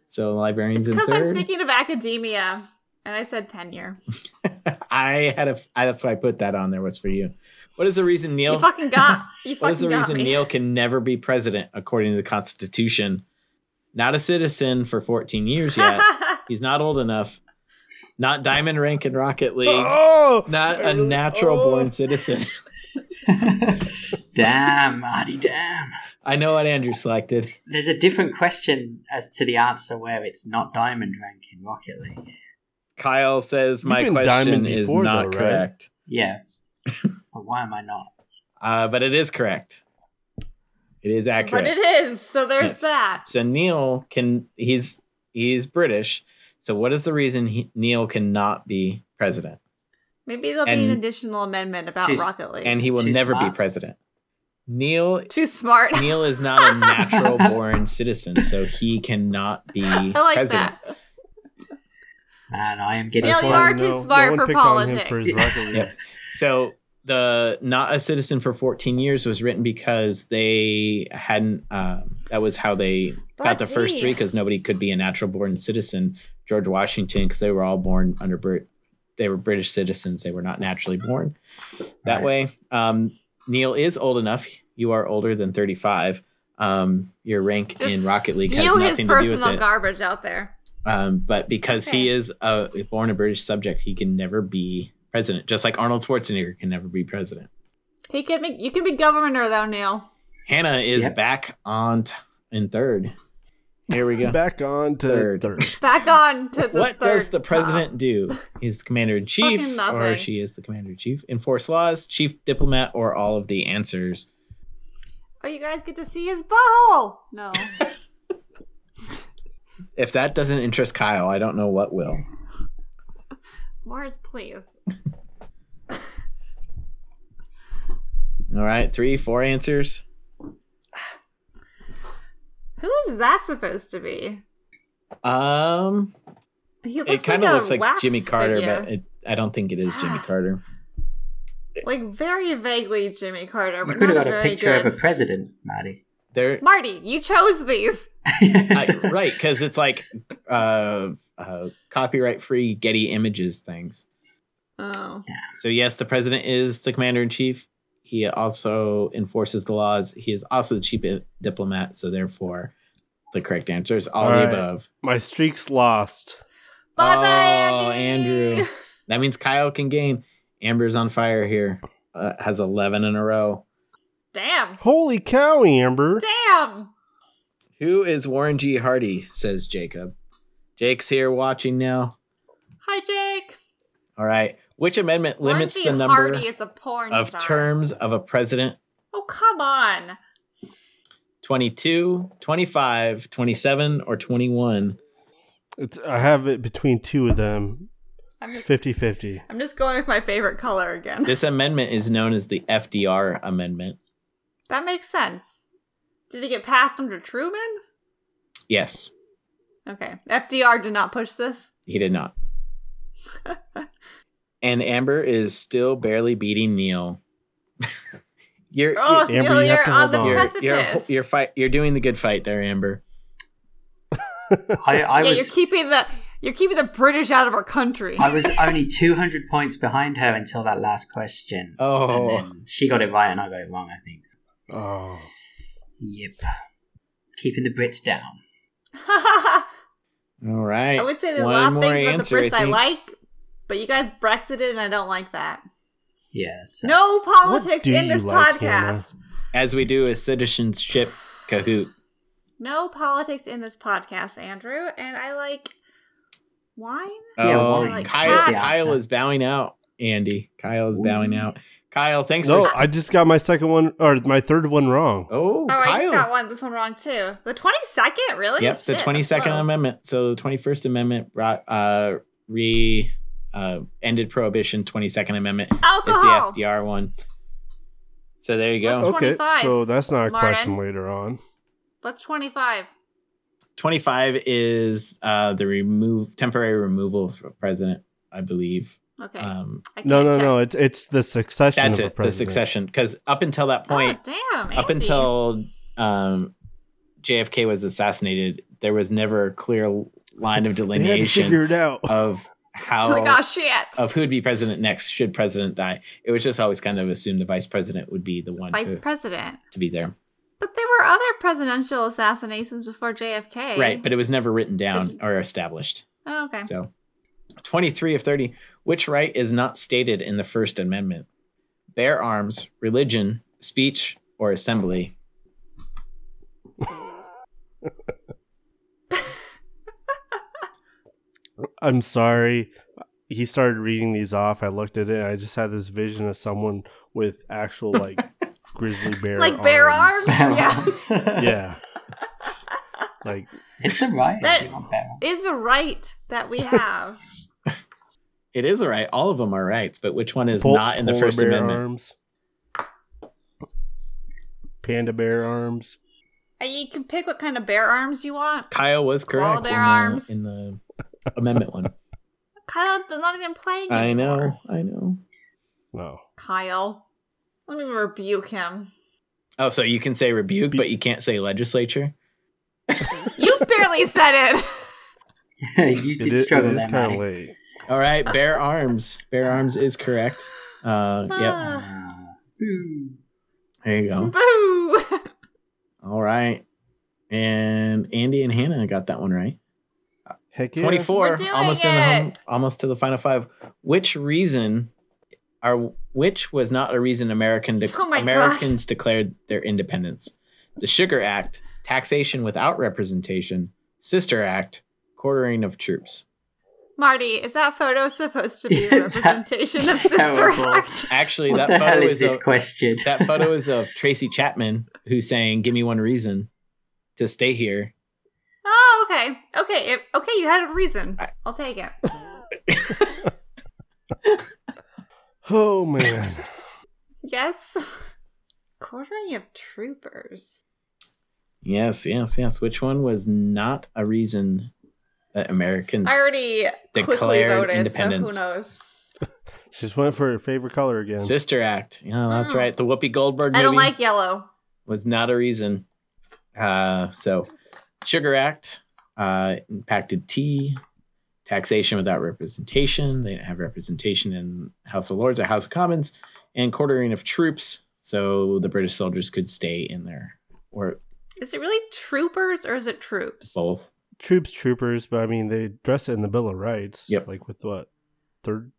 Speaker 3: So the librarian's
Speaker 1: It's
Speaker 3: in
Speaker 1: because I'm
Speaker 3: 3rd
Speaker 1: thinking of academia, and I said tenure.
Speaker 3: I had a. I, that's why I put that on there. Was for you. What is the reason
Speaker 1: You
Speaker 3: Neil?
Speaker 1: fucking got. You fucking
Speaker 3: What is the
Speaker 1: got
Speaker 3: reason
Speaker 1: me.
Speaker 3: Neil can never be president according to the Constitution? Not a citizen for 14 years yet. He's not old enough. Not Diamond Rank and Rocket League.
Speaker 4: Oh,
Speaker 3: Not
Speaker 4: I
Speaker 3: a
Speaker 4: really-
Speaker 3: natural
Speaker 4: oh.
Speaker 3: born citizen.
Speaker 2: damn, Marty, damn.
Speaker 3: I know what Andrew selected.
Speaker 2: There's a different question as to the answer where it's not diamond rank in Rocket League.
Speaker 3: Kyle says
Speaker 4: You've
Speaker 3: my
Speaker 4: been
Speaker 3: question
Speaker 4: Diamond
Speaker 3: is
Speaker 4: before,
Speaker 3: not
Speaker 4: though, right?
Speaker 3: correct,
Speaker 2: Yeah. but why am I not?
Speaker 3: uh, but it is correct. It is accurate.
Speaker 1: But it is. So there's
Speaker 3: Yes.
Speaker 1: that.
Speaker 3: So Neil can he's he's British. So what is the reason he, Neil cannot be president?
Speaker 1: Maybe there'll be an
Speaker 3: And-
Speaker 1: additional amendment about
Speaker 2: Too s-
Speaker 1: Rocket League.
Speaker 3: and he will
Speaker 2: Too
Speaker 3: never
Speaker 2: smart.
Speaker 3: be president. Neil
Speaker 1: Too smart. I
Speaker 3: Neil is not a natural born citizen, so he cannot be
Speaker 1: like
Speaker 3: president.
Speaker 1: that.
Speaker 2: Man, I am getting
Speaker 1: Neil,
Speaker 4: That's
Speaker 1: you
Speaker 4: why
Speaker 1: are too smart for
Speaker 4: picked on him for
Speaker 1: politics.
Speaker 4: his Rocket League.
Speaker 3: Yeah. So the not a citizen for 14 years was written because they hadn't. Um, that was how they got the first three because nobody could be a natural born citizen. George Washington because they were all born under Brit. They were British citizens. They were not naturally born.
Speaker 2: Right.
Speaker 3: That way, um, Neil is old enough. You are older than 35. Um, your rank
Speaker 1: Just
Speaker 3: in Rocket League has
Speaker 1: spew his
Speaker 3: nothing to do with
Speaker 1: personal
Speaker 3: it.
Speaker 1: garbage out there.
Speaker 3: Um, but because
Speaker 1: Okay.
Speaker 3: he is a, born a British subject, he can never be president. Just like Arnold Schwarzenegger can never be president.
Speaker 1: He could be. You could be governor though, Neil.
Speaker 3: Hannah is
Speaker 2: Yep.
Speaker 3: back on t- in third. Here we go.
Speaker 4: Back on to
Speaker 3: Third.
Speaker 4: third.
Speaker 1: Back on to the
Speaker 3: what
Speaker 1: third
Speaker 3: does the president do? He's the commander in
Speaker 1: Fucking
Speaker 3: chief,
Speaker 1: nothing.
Speaker 3: or she is the commander in chief. Enforce laws, chief diplomat, or all of the answers.
Speaker 1: Oh, you guys get to see his butthole. No.
Speaker 3: If that doesn't interest Kyle, I don't know what will.
Speaker 1: Mars, please.
Speaker 3: All right, three, four answers.
Speaker 1: Who is that supposed to be?
Speaker 3: Um,
Speaker 1: He looks
Speaker 3: it kind of
Speaker 1: a
Speaker 3: looks like
Speaker 1: wax
Speaker 3: Jimmy Carter,
Speaker 1: figure.
Speaker 3: but it, I don't think it is Jimmy Carter.
Speaker 1: like very vaguely Jimmy Carter.
Speaker 2: You
Speaker 1: But
Speaker 2: could have
Speaker 1: not
Speaker 2: got a
Speaker 1: very
Speaker 2: picture
Speaker 1: good.
Speaker 2: of a president, Maddie.
Speaker 3: There,
Speaker 1: Marty, you chose these.
Speaker 3: I, right because it's like uh, uh, copyright free getty images things
Speaker 1: Oh,
Speaker 3: so yes the president is the commander in chief he also enforces the laws he is also the chief i- diplomat so therefore the correct answer is all,
Speaker 4: All
Speaker 3: the
Speaker 4: right.
Speaker 3: above
Speaker 4: My streak's lost.
Speaker 1: bye bye,
Speaker 3: Oh, Andrew. that means kyle can gain amber's on fire here uh, has 11 in a row
Speaker 1: Damn,
Speaker 4: Holy cow, Amber!
Speaker 1: damn.
Speaker 3: who is warren g hardy says jacob jake's here watching now
Speaker 1: Hi, Jake.
Speaker 3: all right which amendment limits
Speaker 1: Orangey
Speaker 3: the number
Speaker 1: Hardy is a porn
Speaker 3: of
Speaker 1: star.
Speaker 3: terms of a president
Speaker 1: Oh, come on.
Speaker 3: 22, 25, 27, or 21.
Speaker 4: It's, I have it between two of them,
Speaker 1: I'm just,
Speaker 4: 50-50.
Speaker 1: I'm just going with my favorite color again.
Speaker 3: This amendment is known as the FDR amendment.
Speaker 1: that makes sense. Did it get passed under Truman?
Speaker 3: Yes,
Speaker 1: Okay. FDR did not push this.
Speaker 3: he did not. and Amber is still barely beating Neil. you're,
Speaker 1: Oh,
Speaker 4: Amber,
Speaker 1: Neil,
Speaker 4: you have
Speaker 1: you're
Speaker 4: to
Speaker 1: on
Speaker 4: hold
Speaker 1: the
Speaker 4: on.
Speaker 3: you're,
Speaker 1: precipice.
Speaker 3: you're, you're, fight, you're doing the good fight there, Amber.
Speaker 2: I, I
Speaker 1: yeah,
Speaker 2: was
Speaker 1: you're keeping the you're keeping the British out of our country.
Speaker 2: I was only 200 points behind her until that last question. And
Speaker 3: Oh,
Speaker 2: then she got it right and I got it wrong, I think.
Speaker 4: Oh,
Speaker 2: Yep. Keeping the Brits down.
Speaker 3: all right.
Speaker 1: I would say there's a
Speaker 3: One
Speaker 1: lot of
Speaker 3: more
Speaker 1: things about
Speaker 3: answer, I
Speaker 1: the Brits I,
Speaker 3: think.
Speaker 1: like, but you guys Brexited and I don't like that.
Speaker 2: Yeah. that sucks.
Speaker 1: No politics
Speaker 4: do
Speaker 1: in this
Speaker 4: you like,
Speaker 1: podcast.
Speaker 3: As we do a citizenship cahoot.
Speaker 1: No politics in this podcast, Andrew. And I like wine.
Speaker 2: Yeah,
Speaker 3: oh,
Speaker 2: why? Like
Speaker 3: Kyle,
Speaker 1: cats.
Speaker 3: Kyle is bowing out. Andy, Kyle is bowing
Speaker 2: Ooh.
Speaker 3: out. Kyle, thanks
Speaker 4: no,
Speaker 3: for. st-
Speaker 4: I just got my second one or my third one wrong.
Speaker 3: oh,
Speaker 1: Oh, I
Speaker 3: Kyle.
Speaker 1: just got one. This one wrong too. The twenty second, really?
Speaker 3: Yep, the
Speaker 1: Oh, Shit,
Speaker 3: Twenty Second
Speaker 1: that's low.
Speaker 3: Amendment. So the Twenty First Amendment brought uh, re uh, ended prohibition. Twenty Second Amendment is the
Speaker 1: Alcohol.
Speaker 3: FDR one. So there you
Speaker 1: What's-
Speaker 3: go.
Speaker 4: Okay,
Speaker 1: 25,
Speaker 4: so that's not a
Speaker 1: Martin.
Speaker 4: question later on.
Speaker 1: What's twenty five?
Speaker 3: Twenty five is uh, the remove temporary removal of a president, I believe.
Speaker 1: Okay.
Speaker 3: Um,
Speaker 1: I can't
Speaker 4: No, no,
Speaker 1: check.
Speaker 4: no. It's it's the succession.
Speaker 3: that's
Speaker 4: of a
Speaker 3: it. The
Speaker 4: president.
Speaker 3: succession, because up until that point,
Speaker 1: Oh, damn.
Speaker 3: up
Speaker 1: Andy.
Speaker 3: until um, JFK was assassinated, there was never a clear line of
Speaker 4: They had to
Speaker 3: delineation
Speaker 4: figure it out.
Speaker 3: of
Speaker 1: Oh
Speaker 3: how
Speaker 1: my gosh, shit.
Speaker 3: of who'd be president next should president die. It was just always kind of assumed the vice president would be the one
Speaker 1: Vice
Speaker 3: to,
Speaker 1: president.
Speaker 3: to be there.
Speaker 1: But there were other presidential assassinations before JFK.
Speaker 3: Right, but it was never written down
Speaker 1: just-
Speaker 3: or established.
Speaker 1: oh, okay.
Speaker 3: So 23 of 30, which right is not stated in the First Amendment? Bear arms, religion, speech, or assembly.
Speaker 4: I'm sorry. He started reading these off. I looked at it. And I just had this vision of someone with actual like grizzly bear,
Speaker 1: Like bear Yeah.
Speaker 4: yeah, like
Speaker 2: It's all right.
Speaker 1: That-
Speaker 2: You're not bear.
Speaker 1: is a right that we have.
Speaker 3: It is a right. All of them are rights, but which one is
Speaker 4: Pol-
Speaker 3: not in the
Speaker 4: polar
Speaker 3: First
Speaker 4: bear
Speaker 3: Amendment?
Speaker 4: Arms. Panda bear arms.
Speaker 1: And you can pick what kind of bear arms you want.
Speaker 3: Kyle was
Speaker 1: Koala
Speaker 3: correct in
Speaker 1: bear
Speaker 3: the,
Speaker 1: arms.
Speaker 3: in the amendment one.
Speaker 1: Kyle does not even play.
Speaker 3: I
Speaker 1: anymore.
Speaker 3: know. I know.
Speaker 4: No.
Speaker 1: Kyle. Let me rebuke him.
Speaker 3: Oh, so you can say rebuke, but you can't say legislature.
Speaker 1: You barely said it.
Speaker 2: you
Speaker 4: It
Speaker 2: did
Speaker 4: is, it
Speaker 2: struggle
Speaker 4: is
Speaker 2: there, Maddie.
Speaker 4: kind of late.
Speaker 3: All right, bear arms. Bear arms is correct. Uh, yep.
Speaker 2: Ah, boo.
Speaker 3: There you go.
Speaker 1: Boo.
Speaker 3: All right. And Andy and Hannah got that one right.
Speaker 4: Heck yeah.
Speaker 3: 24
Speaker 1: We're doing
Speaker 3: almost in the
Speaker 1: it.
Speaker 3: home, almost to the final five. Which reason are which was not a reason American dec
Speaker 1: Oh my gosh.
Speaker 3: Americans declared their independence? The Sugar Act, taxation without representation, Sister Act, quartering of troops.
Speaker 1: Marty, is that photo supposed to be
Speaker 2: That-
Speaker 1: a representation of
Speaker 2: that's
Speaker 1: Sister
Speaker 2: terrible.
Speaker 1: Act?
Speaker 3: Actually,
Speaker 2: what
Speaker 3: that
Speaker 2: the
Speaker 3: photo
Speaker 2: hell is
Speaker 3: is
Speaker 2: this
Speaker 3: a-
Speaker 2: question?
Speaker 3: That photo is of Tracy Chapman who sang "Give me one reason to stay here."
Speaker 1: Oh, okay. Okay, it, okay, you had a reason.
Speaker 3: I-
Speaker 1: I'll take it.
Speaker 4: Oh man.
Speaker 1: Yes. Quartering of troopers.
Speaker 3: Yes, yes, yes. Which one was not a reason that Americans
Speaker 1: I already quickly
Speaker 3: Declared
Speaker 1: voted, so who
Speaker 3: independence.
Speaker 1: knows?
Speaker 4: She just went for her favorite color again.
Speaker 3: Sister Act. Yeah, that's
Speaker 1: Mm.
Speaker 3: right. The Whoopi Goldberg movie
Speaker 1: I don't like yellow.
Speaker 3: was not a reason. Uh, so, Sugar Act uh, impacted tea, taxation without representation. They didn't have representation in House of Lords or House of Commons, and quartering of troops. So the British soldiers could stay in there, or
Speaker 1: Is it really troopers or is it troops?
Speaker 3: both.
Speaker 4: Troops, troopers, but I mean they dress it in the Bill of Rights.
Speaker 3: Yep.
Speaker 4: Like with what? Third,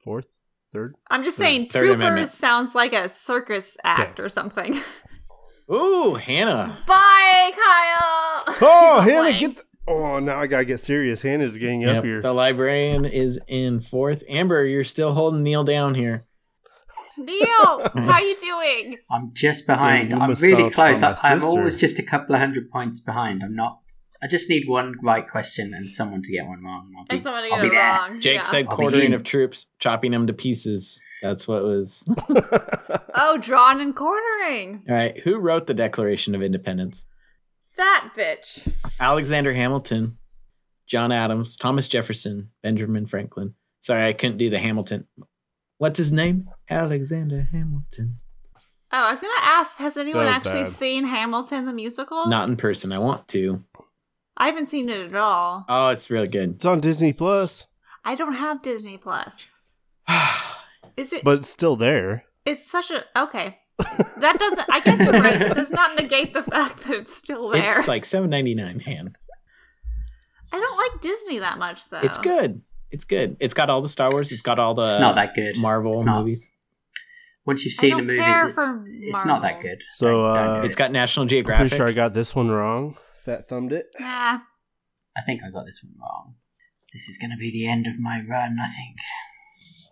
Speaker 4: fourth, third.
Speaker 1: I'm just
Speaker 4: Third-
Speaker 1: saying
Speaker 3: Third
Speaker 1: troopers
Speaker 3: Amendment.
Speaker 1: sounds like a circus act or something.
Speaker 3: Ooh, Hannah.
Speaker 1: Bye, Kyle.
Speaker 4: Oh,
Speaker 1: He's
Speaker 4: Hannah,
Speaker 1: playing.
Speaker 4: get. The- oh, now I gotta get serious. Hannah's getting
Speaker 3: Yep,
Speaker 4: up here.
Speaker 3: The librarian is in fourth. Amber, you're still holding Neil down here.
Speaker 1: Neil, how you doing?
Speaker 2: I'm just behind.
Speaker 4: You
Speaker 2: I'm
Speaker 4: must
Speaker 2: really
Speaker 4: start
Speaker 2: close.
Speaker 4: from
Speaker 2: I,
Speaker 4: my
Speaker 2: I'm
Speaker 4: sister.
Speaker 2: always just a couple of hundred points behind. I'm not. I just need one right question and someone to get one wrong. and I'll be,
Speaker 1: And someone to
Speaker 2: I'll
Speaker 1: get
Speaker 2: be
Speaker 1: it
Speaker 2: there.
Speaker 1: wrong.
Speaker 3: Jake
Speaker 1: yeah.
Speaker 3: said
Speaker 2: I'll be
Speaker 3: quartering
Speaker 2: in.
Speaker 3: of troops, chopping them to pieces. That's what was. All
Speaker 1: Oh, drawn and quartering.
Speaker 3: right. Who wrote the Declaration of Independence?
Speaker 1: That bitch.
Speaker 3: Alexander Hamilton, John Adams, Thomas Jefferson, Benjamin Franklin. Sorry, I couldn't do the Hamilton. What's his name? Alexander Hamilton.
Speaker 1: Oh, I was gonna ask, has anyone
Speaker 4: was
Speaker 1: actually
Speaker 4: bad.
Speaker 1: seen Hamilton the musical?
Speaker 3: Not in person. I want to.
Speaker 1: I haven't seen it at all.
Speaker 3: Oh, it's really good.
Speaker 4: It's on Disney Plus,
Speaker 1: I don't have Disney Plus. Is it
Speaker 4: but it's still there.
Speaker 1: it's such a okay. That doesn't I guess you're right. That does not negate the fact that it's still there.
Speaker 3: It's like seven ninety nine. Han.
Speaker 1: I don't like Disney that much though.
Speaker 3: It's good. It's good. It's got all the Star Wars. It's got all the
Speaker 2: It's not that good.
Speaker 3: Marvel
Speaker 2: It's not.
Speaker 3: movies.
Speaker 2: Once you've
Speaker 1: I
Speaker 2: seen
Speaker 1: don't
Speaker 2: the movies,
Speaker 1: care
Speaker 2: it-
Speaker 1: for
Speaker 2: it's not that
Speaker 1: Marvel.
Speaker 2: good.
Speaker 4: So
Speaker 2: I- I
Speaker 4: uh,
Speaker 2: know.
Speaker 3: It's got National
Speaker 4: I'm pretty
Speaker 3: Geographic.
Speaker 4: sure I got this one wrong. Fat thumbed it.
Speaker 1: Nah.
Speaker 2: I think I got this one wrong. This is going to be the end of my run. I think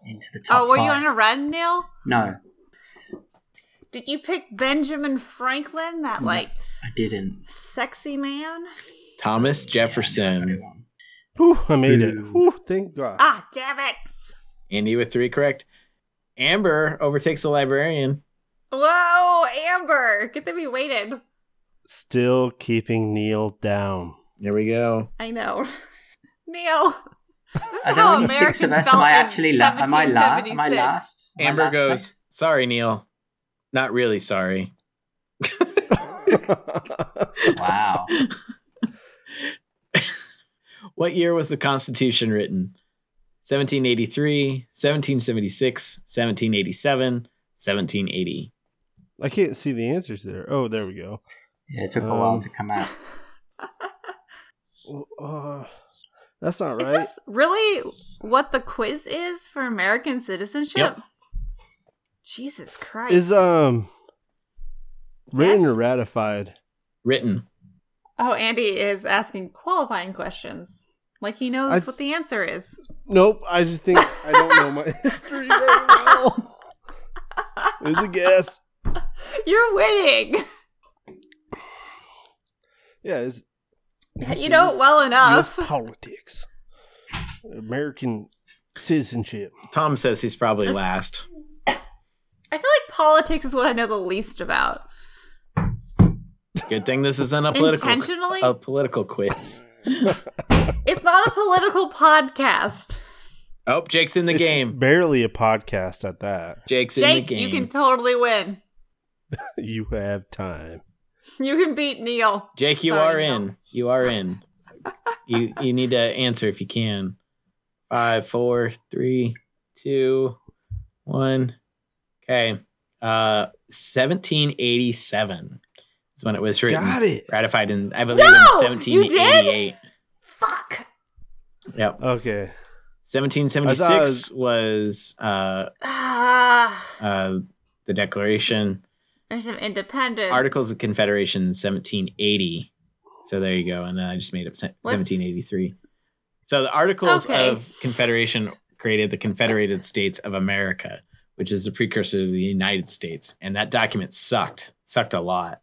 Speaker 2: into the top.
Speaker 1: Oh, were you
Speaker 2: five.
Speaker 1: on a run, Neil?
Speaker 2: No,
Speaker 1: Did you pick Benjamin Franklin, that
Speaker 2: No.
Speaker 1: like
Speaker 2: I didn't.
Speaker 1: sexy man?
Speaker 3: Thomas
Speaker 2: I got it
Speaker 3: Jefferson.
Speaker 2: wrong.
Speaker 4: Whew, I made it.
Speaker 2: Boo.
Speaker 4: Whew, thank God.
Speaker 1: Ah, damn it.
Speaker 3: Andy with three correct. Amber overtakes the librarian.
Speaker 1: Whoa, Amber. Good that we waited.
Speaker 4: Still keeping Neil down.
Speaker 3: There we go.
Speaker 1: I know. Neil. This
Speaker 2: Are
Speaker 1: is
Speaker 2: there
Speaker 1: how
Speaker 2: only six of
Speaker 1: Americans
Speaker 2: us? Am
Speaker 1: felt
Speaker 2: I
Speaker 1: in
Speaker 2: actually la- am I la- am I
Speaker 1: 1776.
Speaker 2: last? Am I
Speaker 3: Amber
Speaker 2: last
Speaker 3: goes,
Speaker 2: place?
Speaker 3: Sorry, Neil. Not really sorry.
Speaker 2: Wow.
Speaker 3: What year was the Constitution written? 1783, 1776, 1787, 1780.
Speaker 4: I can't see the answers there. Oh, there we go.
Speaker 2: Yeah, it took a while
Speaker 4: Um,
Speaker 2: to come out.
Speaker 4: Uh, that's not
Speaker 1: Is
Speaker 4: right.
Speaker 1: this really what the quiz is for American citizenship?
Speaker 3: Yep.
Speaker 1: Jesus Christ.
Speaker 4: Is um written
Speaker 1: Yes.
Speaker 4: or ratified?
Speaker 3: Written.
Speaker 1: oh, Andy is asking qualifying questions. Like he knows
Speaker 4: I-
Speaker 1: what the answer is.
Speaker 4: Nope. I just think I don't know my history very well. There's a guess.
Speaker 1: You're winning.
Speaker 4: Yeah, it's,
Speaker 1: You know it well
Speaker 4: U.S.
Speaker 1: enough.
Speaker 4: politics. American Citizenship.
Speaker 3: Tom says he's probably last.
Speaker 1: I feel like politics is what I know the least about.
Speaker 3: Good thing this isn't a political
Speaker 1: Intentionally,
Speaker 3: a political quiz.
Speaker 1: it's not a political podcast.
Speaker 3: Oh, Jake's in the
Speaker 4: It's
Speaker 3: game.
Speaker 4: Barely a podcast at that.
Speaker 3: Jake's in the
Speaker 1: Jake, you can
Speaker 3: game.
Speaker 1: totally win.
Speaker 4: You have time.
Speaker 1: You can beat Neil.
Speaker 3: Jake, you
Speaker 1: Sorry,
Speaker 3: are
Speaker 1: no.
Speaker 3: in. You are in. you you need to answer if you can. Five, four, three, two, one. Okay. Uh, seventeen eighty-seven is when it was written.
Speaker 4: Got it.
Speaker 3: Ratified in, I believe,
Speaker 1: No!
Speaker 3: in
Speaker 1: You did?
Speaker 3: seventeen eighty-eight.
Speaker 1: Fuck.
Speaker 3: Yep.
Speaker 4: Okay.
Speaker 3: Seventeen
Speaker 4: I thought it
Speaker 3: seventy-six
Speaker 4: was-
Speaker 3: was uh
Speaker 1: Ah,
Speaker 3: uh the Declaration.
Speaker 1: there's some independence.
Speaker 3: Articles of Confederation 1780. So there you go. And then I just made up se-
Speaker 1: What's-
Speaker 3: 1783. So the Articles
Speaker 1: Okay.
Speaker 3: of Confederation created the Confederated States of America, which is the precursor to the United States. And that document sucked, sucked a lot.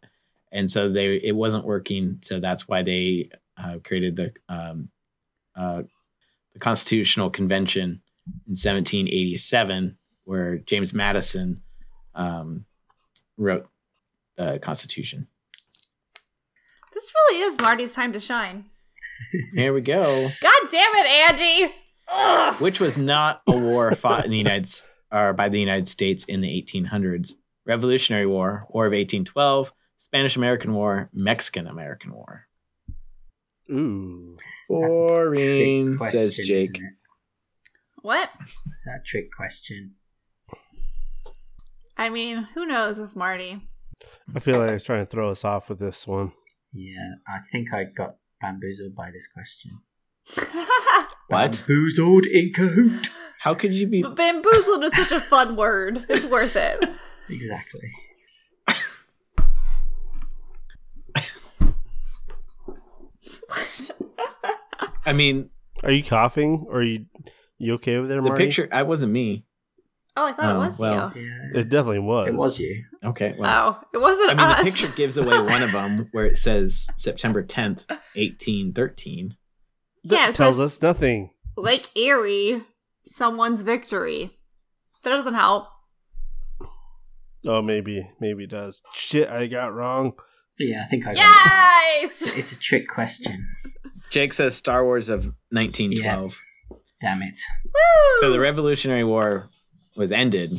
Speaker 3: And so they it wasn't working. So that's why they uh, created the um, uh, the Constitutional Convention in 1787, where James Madison um, wrote the Constitution.
Speaker 1: This really is Marty's time to shine.
Speaker 3: Here we go.
Speaker 1: God damn it, Andy! Ugh.
Speaker 3: Which was not a war fought in the United S- or by the United States in the 1800s. Revolutionary War, War of 1812, Spanish American War, Mexican American War.
Speaker 4: Ooh.
Speaker 2: That's a
Speaker 3: Boring,
Speaker 2: trick
Speaker 3: says
Speaker 2: question,
Speaker 3: Jake.
Speaker 2: isn't it?
Speaker 1: What?
Speaker 2: Is that a trick question?
Speaker 1: I mean, who knows with Marty?
Speaker 4: I feel like he's trying to throw us off with this one.
Speaker 2: Yeah, I think I got bamboozled by this question.
Speaker 3: What?
Speaker 2: Bamboozled in cahoot.
Speaker 3: How could you be?
Speaker 1: But bamboozled is such a fun word. It's worth it.
Speaker 2: Exactly.
Speaker 1: Oh,
Speaker 3: I mean,
Speaker 4: Are you coughing? Or are you you okay over there,
Speaker 3: the
Speaker 4: Marty?
Speaker 3: picture. I wasn't me.
Speaker 1: oh, I thought
Speaker 3: Oh,
Speaker 1: it was
Speaker 3: well.
Speaker 1: you.
Speaker 2: Yeah,
Speaker 4: It definitely was.
Speaker 2: it was you.
Speaker 3: Okay. Well,
Speaker 1: Oh, it wasn't
Speaker 3: I mean,
Speaker 1: us.
Speaker 3: the picture gives away one of them where it says September 10th, 1813.
Speaker 4: That
Speaker 1: yeah, it
Speaker 4: tells
Speaker 1: says
Speaker 4: us nothing.
Speaker 1: Lake Erie, someone's victory. That doesn't help.
Speaker 4: Oh, maybe, maybe it does. Shit, I got wrong.
Speaker 2: Yeah, I think I got it.
Speaker 1: Yes!
Speaker 2: It's- It's a trick question.
Speaker 3: Jake says Star Wars of 1912.
Speaker 2: Damn it.
Speaker 3: so the Revolutionary War was ended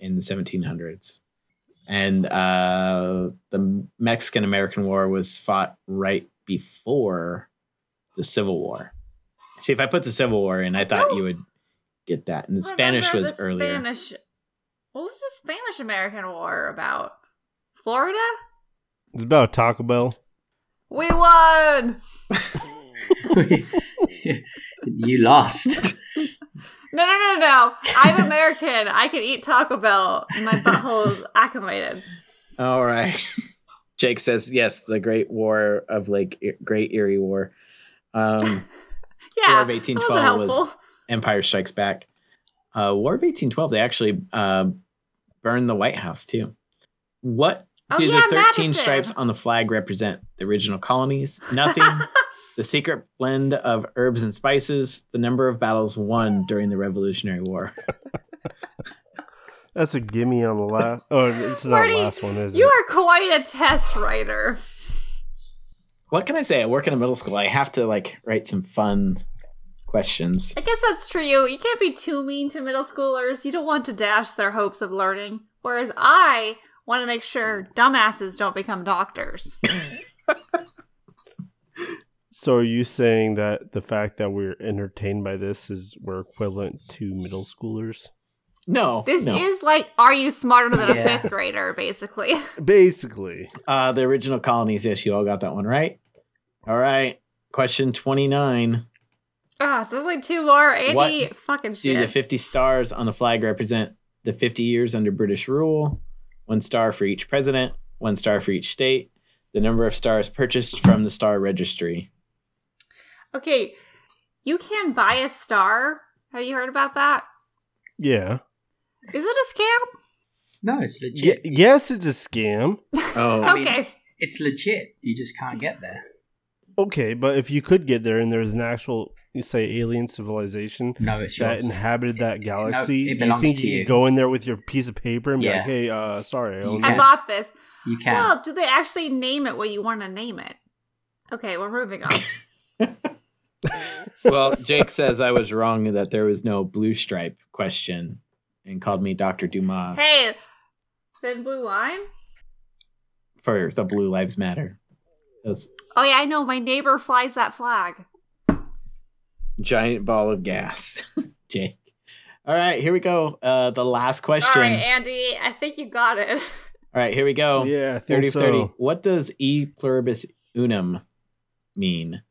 Speaker 3: in the 1700s, and uh, the Mexican American War was fought right before the Civil War. See, if I put the Civil War in, I thought you would get that. And the Spanish
Speaker 1: Remember
Speaker 3: was
Speaker 1: the
Speaker 3: earlier.
Speaker 1: Spanish. What was the Spanish American War about? Florida?
Speaker 4: It's about Taco Bell.
Speaker 1: We won!
Speaker 2: you lost.
Speaker 1: No, no, no, no. I'm American. I can eat Taco Bell. My butthole is acclimated.
Speaker 3: All right. Jake says yes. The Great War of Lake E-, Great Erie War. Um, War
Speaker 1: Yeah.
Speaker 3: of
Speaker 1: That
Speaker 3: 1812
Speaker 1: wasn't
Speaker 3: was
Speaker 1: helpful.
Speaker 3: Empire Strikes Back. Uh, War of 1812, they actually uh, burned the White House too. What
Speaker 1: Oh,
Speaker 3: do
Speaker 1: yeah,
Speaker 3: the 13
Speaker 1: Madison.
Speaker 3: stripes on the flag represent? The original colonies? Nothing. the secret blend of herbs and spices? The number of battles won during the Revolutionary War?
Speaker 4: That's a gimme on the last. Oh, it's not
Speaker 1: Marty,
Speaker 4: the last one, is
Speaker 1: You
Speaker 4: it?
Speaker 1: are quite a test writer.
Speaker 3: What can I say? I work in a middle school. I have to like write some fun questions.
Speaker 1: I guess that's true. You can't be too mean to middle schoolers. You don't want to dash their hopes of learning. Whereas I want to make sure dumbasses don't become doctors.
Speaker 4: so, are you saying that the fact that we're entertained by this is we're equivalent to middle schoolers?
Speaker 3: No,
Speaker 1: This
Speaker 3: no.
Speaker 1: is like, are you smarter than
Speaker 2: Yeah.
Speaker 1: a fifth grader, basically?
Speaker 4: Basically,
Speaker 3: Uh, the original colonies. Yes, you all got that one right. All right. Question 29.
Speaker 1: Ah, there's like two more. Andy,
Speaker 3: What
Speaker 1: fucking
Speaker 3: Do the
Speaker 1: shit.
Speaker 3: 50 stars on the flag represent the 50 years under British rule? One star for each president, one star for each state. The number of stars purchased from the star registry.
Speaker 1: okay, you can buy a star. Have you heard about that?
Speaker 4: yeah.
Speaker 1: Is it a scam?
Speaker 2: No, it's legit.
Speaker 4: Ye- yes, it's a scam.
Speaker 3: Oh,
Speaker 2: mean-
Speaker 1: okay.
Speaker 2: It's legit. You just can't get there.
Speaker 4: Okay, but if you could get there and there's an actual, you say, alien civilization
Speaker 2: No, it's
Speaker 4: that
Speaker 2: yours.
Speaker 4: inhabited that galaxy,
Speaker 2: it
Speaker 4: you
Speaker 2: belongs
Speaker 4: think
Speaker 2: to
Speaker 4: you,
Speaker 2: you.
Speaker 4: could go in there with your piece of paper and be
Speaker 2: Yeah.
Speaker 4: like, "Hey, uh, sorry, I
Speaker 2: You
Speaker 4: own
Speaker 2: can.
Speaker 1: I
Speaker 2: Yeah.
Speaker 4: that."
Speaker 1: bought this.
Speaker 2: You can.
Speaker 1: Well, do they actually name it what you want to name it? Okay, we're moving on.
Speaker 3: Well, Jake says I was wrong that there was no blue stripe question and called me Dr. Dumas
Speaker 1: hey, thin blue line.
Speaker 3: for the Blue Lives Matter. Those
Speaker 1: Oh yeah, I know. My neighbor flies that flag.
Speaker 3: giant ball of gas, Jake. All right, here we go. Uh, the last question.
Speaker 1: All right, Andy, I think you got it.
Speaker 3: All right, here we
Speaker 2: Oh,
Speaker 3: go.
Speaker 4: yeah, I think
Speaker 3: 30
Speaker 4: so.
Speaker 3: 30. What does E pluribus unum mean?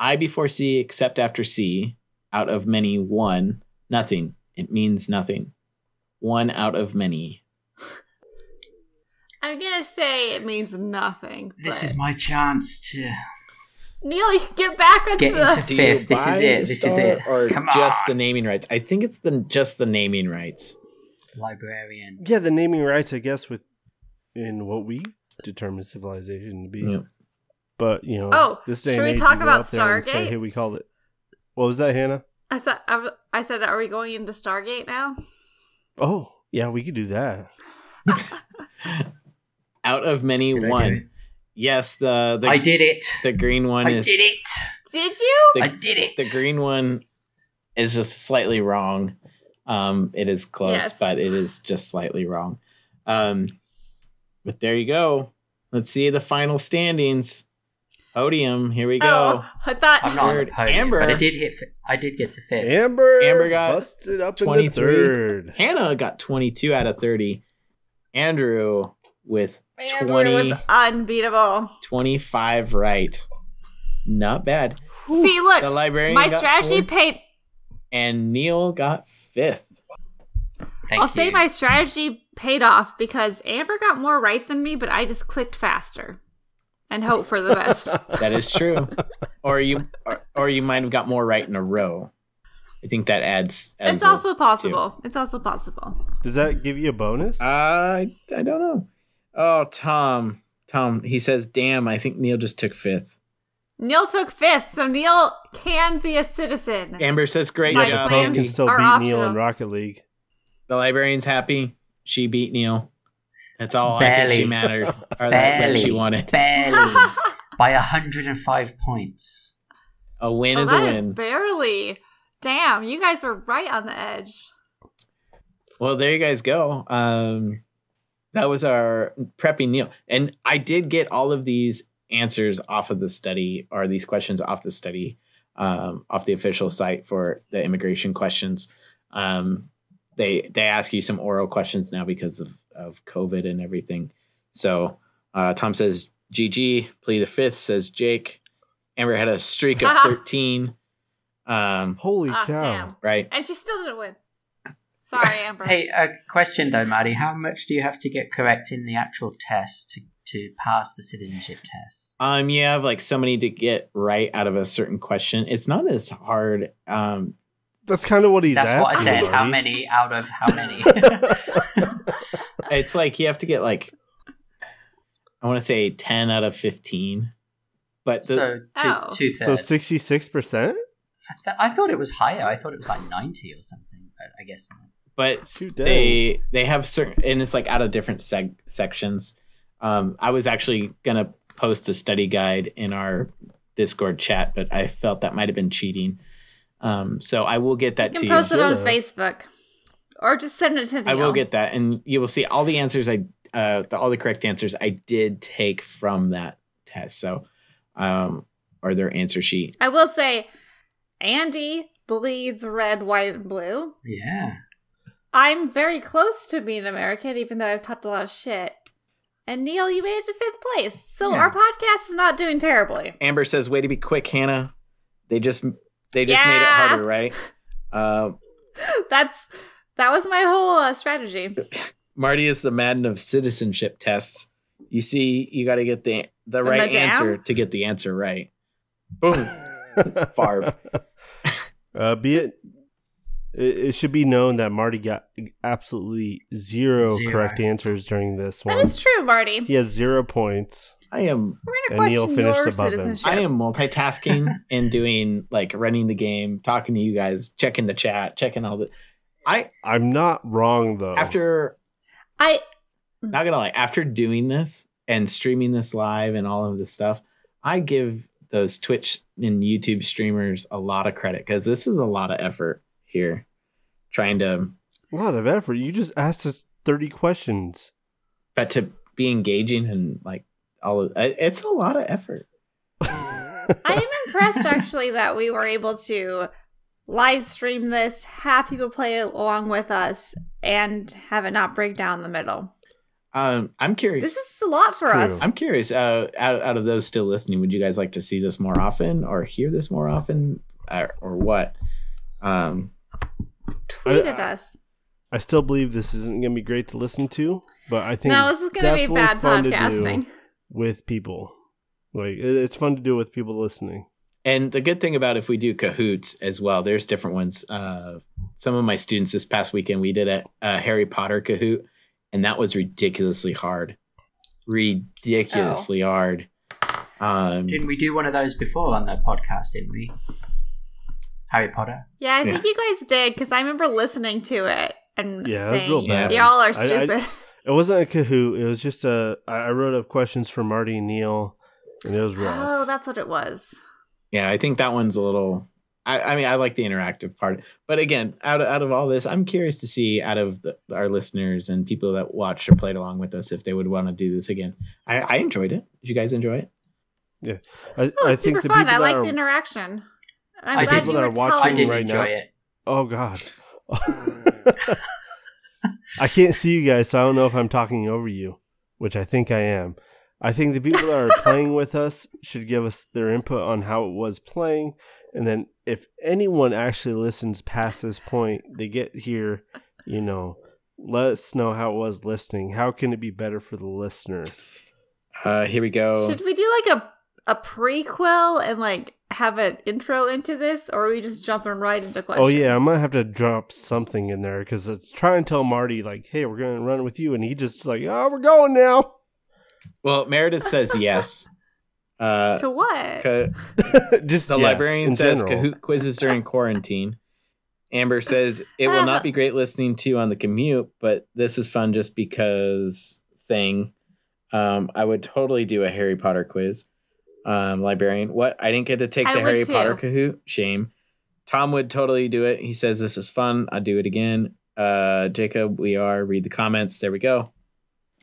Speaker 3: I before C, except after C, out of many, one, nothing. It means nothing. One out of many.
Speaker 1: I'm gonna say it means nothing.
Speaker 2: This
Speaker 1: but-
Speaker 2: is my chance to
Speaker 1: Neil. You can get back onto
Speaker 2: get
Speaker 1: the.
Speaker 2: into fifth. This is
Speaker 3: Buy
Speaker 2: it.
Speaker 3: the
Speaker 2: This is
Speaker 3: star
Speaker 2: it.
Speaker 3: Or
Speaker 2: Come
Speaker 3: just
Speaker 2: on.
Speaker 3: the naming rights. I think it's the just the naming rights.
Speaker 2: Librarian.
Speaker 4: Yeah, the naming rights, I guess, with in what we determine civilization to be.
Speaker 3: Yeah.
Speaker 4: But you know,
Speaker 1: Oh,
Speaker 4: this day
Speaker 1: should
Speaker 4: and
Speaker 1: we
Speaker 4: age,
Speaker 1: talk
Speaker 4: you go
Speaker 1: about
Speaker 4: out there and say,
Speaker 1: Stargate?
Speaker 4: Hey, we called it. What was that, Hannah?
Speaker 1: I thought I, was- I said, are we going into Stargate now?
Speaker 4: Oh, yeah, we could do that.
Speaker 3: Out of many,
Speaker 2: Did I do it?
Speaker 3: one. Yes, the the,
Speaker 2: I did it.
Speaker 3: the green one
Speaker 2: I
Speaker 3: is
Speaker 2: did it.
Speaker 1: Did you?
Speaker 3: The-
Speaker 2: I did it.
Speaker 3: the green one is just slightly wrong. Um, it is close,
Speaker 1: Yes.
Speaker 3: but it is just slightly wrong. Um, but there you go. Let's see the final standings. Podium. Here we go.
Speaker 1: Oh, I thought.
Speaker 2: I'm not on the
Speaker 3: Third.
Speaker 2: podium,
Speaker 3: Amber.
Speaker 2: but I did hit. fi- I did get to fifth.
Speaker 4: Amber,
Speaker 3: Amber got
Speaker 4: busted up in the
Speaker 3: 23.
Speaker 4: third.
Speaker 3: Hannah got 22 out of 30. Andrew with
Speaker 1: Andrew
Speaker 3: 20,
Speaker 1: was unbeatable.
Speaker 3: 25 right. Not bad.
Speaker 1: See,
Speaker 3: The
Speaker 1: look,
Speaker 3: librarian
Speaker 1: my
Speaker 3: got
Speaker 1: strategy
Speaker 3: fourth,
Speaker 1: paid.
Speaker 3: and Neil got fifth.
Speaker 2: Thank
Speaker 1: I'll
Speaker 2: you.
Speaker 1: say my strategy paid off because Amber got more right than me, but I just clicked faster and hope for the best.
Speaker 3: That is true. or you or, or you might have got more right in a row. I think that adds. adds
Speaker 1: it's
Speaker 3: a-
Speaker 1: also possible. It's also possible.
Speaker 4: Does that give you a bonus?
Speaker 2: Uh,
Speaker 3: I I don't know. Oh, Tom. Tom, he says, "Damn, I think Neil just took fifth.
Speaker 1: Neil took fifth, so Neil can be a citizen.
Speaker 3: Amber says, "Great
Speaker 1: My
Speaker 4: yeah,
Speaker 3: job."
Speaker 4: but Tom can
Speaker 1: plans
Speaker 4: still beat
Speaker 1: are
Speaker 4: Neil
Speaker 1: optional.
Speaker 4: in Rocket League.
Speaker 3: The librarian's happy. She beat Neil. That's all I
Speaker 2: Barely.
Speaker 3: think she mattered. Or that's what
Speaker 2: barely.
Speaker 3: she wanted.
Speaker 2: Barely by 105 points.
Speaker 3: A win
Speaker 1: Oh,
Speaker 3: is a
Speaker 1: that is
Speaker 3: win.
Speaker 1: barely. Damn, you guys were right on the edge.
Speaker 3: Well, there you guys go. Um, that was our prepping Neil, and I did get all of these answers off of the study, or these questions off the study, um, off the official site for the immigration questions. Um, they they ask you some oral questions now because of of COVID and everything. So uh, Tom says GG. Plea the fifth says Jake. Amber had a streak of thirteen. Um,
Speaker 4: Holy
Speaker 1: Ah,
Speaker 4: cow!
Speaker 1: damn.
Speaker 3: right.
Speaker 1: And she still didn't win. Sorry, Amber.
Speaker 2: Hey, a question though, Maddie. How much do you have to get correct in the actual test to, to pass the citizenship test?
Speaker 3: Um, you have like so many to get right out of a certain question. It's not as hard. Um,
Speaker 4: That's kind of what he's
Speaker 2: That's
Speaker 4: asking.
Speaker 2: what I said. How
Speaker 4: buddy.
Speaker 2: many out of how many?
Speaker 3: it's like you have to get like I want to say ten out of fifteen, but the,
Speaker 2: so two,
Speaker 1: Oh.
Speaker 2: two
Speaker 4: so
Speaker 2: thirds.
Speaker 4: sixty-six percent.
Speaker 2: I, th- I thought it was higher. I thought it was like 90 or something, but I guess not.
Speaker 3: but
Speaker 4: Shoot, dang.
Speaker 3: they they have certain and it's like out of different seg- sections. Um, I was actually gonna post a study guide in our Discord chat, but I felt that might have been cheating. Um, so I will get that
Speaker 1: you
Speaker 3: to
Speaker 1: can
Speaker 3: you.
Speaker 1: post it on
Speaker 4: Sure.
Speaker 1: Facebook. Or just send it to Neil.
Speaker 3: I will get that, and you will see all the answers I, uh, the, all the correct answers I did take from that test. So, um, or their answer sheet.
Speaker 1: I will say Andy bleeds red, white, and blue.
Speaker 2: Yeah.
Speaker 1: I'm very close to being American, even though I've talked a lot of shit. And Neil, you made it to fifth place. So
Speaker 2: Yeah.
Speaker 1: our podcast is not doing terribly.
Speaker 3: Amber says, "Way to be quick, Hannah. They just they just made it
Speaker 1: Yeah.
Speaker 3: harder, right?" Uh,
Speaker 1: That's that was my whole uh, strategy.
Speaker 3: Marty is the Madden of citizenship tests. You see, you got to get the the right
Speaker 1: madame?
Speaker 3: answer to get the answer right. Boom. Favre.
Speaker 4: Uh, be it, it, it should be known that Marty got absolutely zero,
Speaker 2: Zero.
Speaker 4: correct answers during this
Speaker 1: That
Speaker 4: one.
Speaker 1: is true, Marty.
Speaker 4: He has zero points.
Speaker 3: I am
Speaker 1: We're
Speaker 4: And
Speaker 1: gonna
Speaker 4: Neil
Speaker 1: question
Speaker 4: finished
Speaker 1: your
Speaker 4: above him.
Speaker 1: citizenship.
Speaker 3: I am multitasking and doing like running the game, talking to you guys, checking the chat, checking all the. I
Speaker 4: I'm not wrong though.
Speaker 3: after
Speaker 1: I
Speaker 3: not gonna lie, after doing this and streaming this live and all of this stuff, I give those Twitch and YouTube streamers a lot of credit because this is a lot of effort here, trying to
Speaker 4: a lot of effort. You just asked us 30 questions.
Speaker 3: but to be engaging and like all of it- it's a lot of effort.
Speaker 1: I am impressed actually that we were able to live stream this, have people play along with us, and have it not break down the middle.
Speaker 3: Um, I'm curious.
Speaker 1: This is a lot for
Speaker 4: True.
Speaker 1: us.
Speaker 3: I'm curious. Uh, out, out of those still listening, would you guys like to see this more often, or hear this more often, or, or what? Um,
Speaker 1: Tweeted
Speaker 4: I- I-
Speaker 1: us.
Speaker 4: I still believe this isn't going to be great to listen to, but I think
Speaker 1: No, this
Speaker 4: it's
Speaker 1: is gonna be
Speaker 4: definitely
Speaker 1: bad
Speaker 4: fun to do
Speaker 1: podcasting.
Speaker 4: with people. Like it- it's fun to do with people listening.
Speaker 3: and the good thing about if we do cahoots as well, there's different ones. Uh, some of my students this past weekend we did a, a Harry Potter cahoot, and that was ridiculously hard, ridiculously hard. Um,
Speaker 2: Didn't we do one of those before on the podcast? Didn't we? Harry Potter.
Speaker 1: Yeah, I think you guys did because I remember listening to it and
Speaker 4: Yeah, that's
Speaker 1: saying,
Speaker 4: real bad.
Speaker 3: Yeah.
Speaker 1: "Y'all are
Speaker 4: I- I-
Speaker 1: stupid."
Speaker 4: It wasn't a cahoot. It was just a. I I wrote up questions for Marty and Neil, and it was rough.
Speaker 1: oh, that's what it was.
Speaker 3: Yeah, I think that one's a little. I, I mean, I like the interactive part, but again, out of, out of all this, I'm curious to see out of the, our listeners and people that watched or played along with us if they would want to do this again. I, I enjoyed it. Did you guys enjoy it?
Speaker 4: I,
Speaker 1: Oh,
Speaker 4: I
Speaker 1: it's
Speaker 4: think
Speaker 1: super
Speaker 4: the
Speaker 1: fun.
Speaker 4: people
Speaker 1: I like
Speaker 4: that
Speaker 1: the
Speaker 4: are,
Speaker 1: interaction. I'm
Speaker 2: I
Speaker 1: glad
Speaker 2: people
Speaker 1: you
Speaker 4: that
Speaker 1: were
Speaker 4: are watching
Speaker 2: I
Speaker 1: telling.
Speaker 2: didn't
Speaker 4: right
Speaker 2: enjoy
Speaker 4: now.
Speaker 2: it.
Speaker 4: Oh God. I can't see you guys, so I don't know if I'm talking over you, which I think I am. I think the people that are playing with us should give us their input on how it was playing, and then if anyone actually listens past this point, they get here, you know, let us know how it was listening. How can it be better for the listener?
Speaker 3: Uh, here we go.
Speaker 1: Should we do like a a prequel and like have an intro into this, or are we just jumping right into questions?
Speaker 4: Oh yeah, I might have to drop something in there because it's try and tell Marty like, "Hey, we're gonna run with you," and he just like, "Oh, we're going now."
Speaker 3: well, Meredith says yes. Uh,
Speaker 1: to what?
Speaker 3: ca-
Speaker 4: just
Speaker 3: the
Speaker 4: yes,
Speaker 3: librarian
Speaker 4: in
Speaker 3: says
Speaker 4: general.
Speaker 3: Kahoot quizzes during quarantine. Amber says it will not be great listening to on the commute, but this is fun just because thing. Um, I would totally do a Harry Potter quiz. Um, librarian, what? I didn't get to take
Speaker 1: I
Speaker 3: the
Speaker 1: would
Speaker 3: Harry
Speaker 1: too.
Speaker 3: Potter Kahoot. Shame. Tom would totally do it. He says this is fun. I'll do it again. Uh, Jacob, we are read the comments. There we go.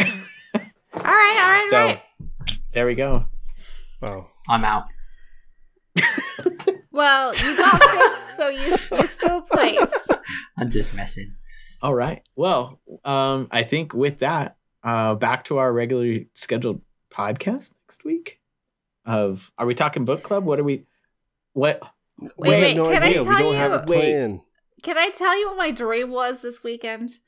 Speaker 1: All right, all right,
Speaker 3: So-
Speaker 1: all right.
Speaker 3: There we go.
Speaker 4: Wow.
Speaker 2: I'm out.
Speaker 1: Well, you got fixed, so you you're still placed.
Speaker 2: I'm just messing.
Speaker 3: All right. Well, um, I think with that, uh, back to our regularly scheduled podcast next week. Of are we talking book club? What are we? What?
Speaker 4: We
Speaker 1: Wait,
Speaker 4: have no
Speaker 1: can I
Speaker 4: idea. we
Speaker 1: tell
Speaker 4: don't have
Speaker 1: you-
Speaker 4: a
Speaker 3: Wait.
Speaker 4: plan.
Speaker 1: Can I tell you what my dream was this weekend?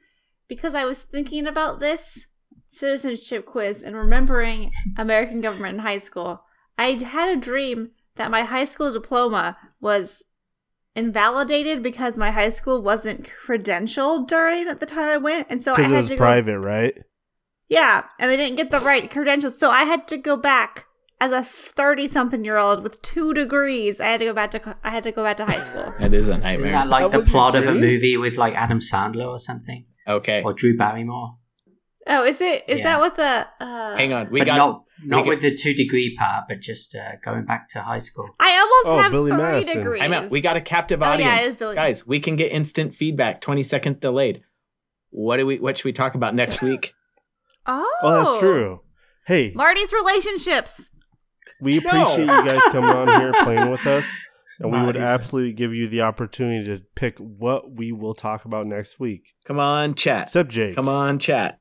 Speaker 1: Because I was thinking about this citizenship quiz and remembering American government in high school. I had a dream that my high school diploma was invalidated because my high school wasn't credentialed during at the time I went, and so Oh, I
Speaker 4: Because
Speaker 1: had
Speaker 4: it was
Speaker 1: to go
Speaker 4: private, right?
Speaker 1: yeah, and they didn't get the right credentials. So I had to go back as a 30 something year old with 2 degrees. I had to go back to co- I had to go back to high school.
Speaker 3: That is a
Speaker 2: Isn't
Speaker 3: nightmare.
Speaker 2: that like
Speaker 4: That
Speaker 2: the
Speaker 4: was your
Speaker 2: plot of a
Speaker 4: dream?
Speaker 2: movie with like Adam Sandler or something,
Speaker 3: okay,
Speaker 2: or Drew Barrymore?
Speaker 1: Oh, is it is
Speaker 2: Yeah.
Speaker 1: that what the uh
Speaker 3: hang on. We
Speaker 2: but
Speaker 3: got.
Speaker 2: not not
Speaker 3: got-
Speaker 2: with the two degree part, but just uh, going back to high school.
Speaker 1: I almost
Speaker 4: Oh,
Speaker 1: have
Speaker 4: Billy
Speaker 1: 3
Speaker 4: Madison.
Speaker 1: degrees.
Speaker 3: I'm out. We got a captive
Speaker 1: Oh, yeah, it
Speaker 3: audience,
Speaker 1: is Billy.
Speaker 3: guys. We can get instant feedback. Twenty second delayed. What do we? What should we talk about next week?
Speaker 1: Oh.
Speaker 4: Oh, that's true. Hey,
Speaker 1: Marty's relationships.
Speaker 4: we
Speaker 3: No.
Speaker 4: appreciate you guys coming on here playing with us, and we would
Speaker 2: Nice.
Speaker 4: absolutely give you the opportunity to pick what we will talk about next week.
Speaker 3: Come on, chat.
Speaker 4: Except Jake.
Speaker 3: Come on, chat.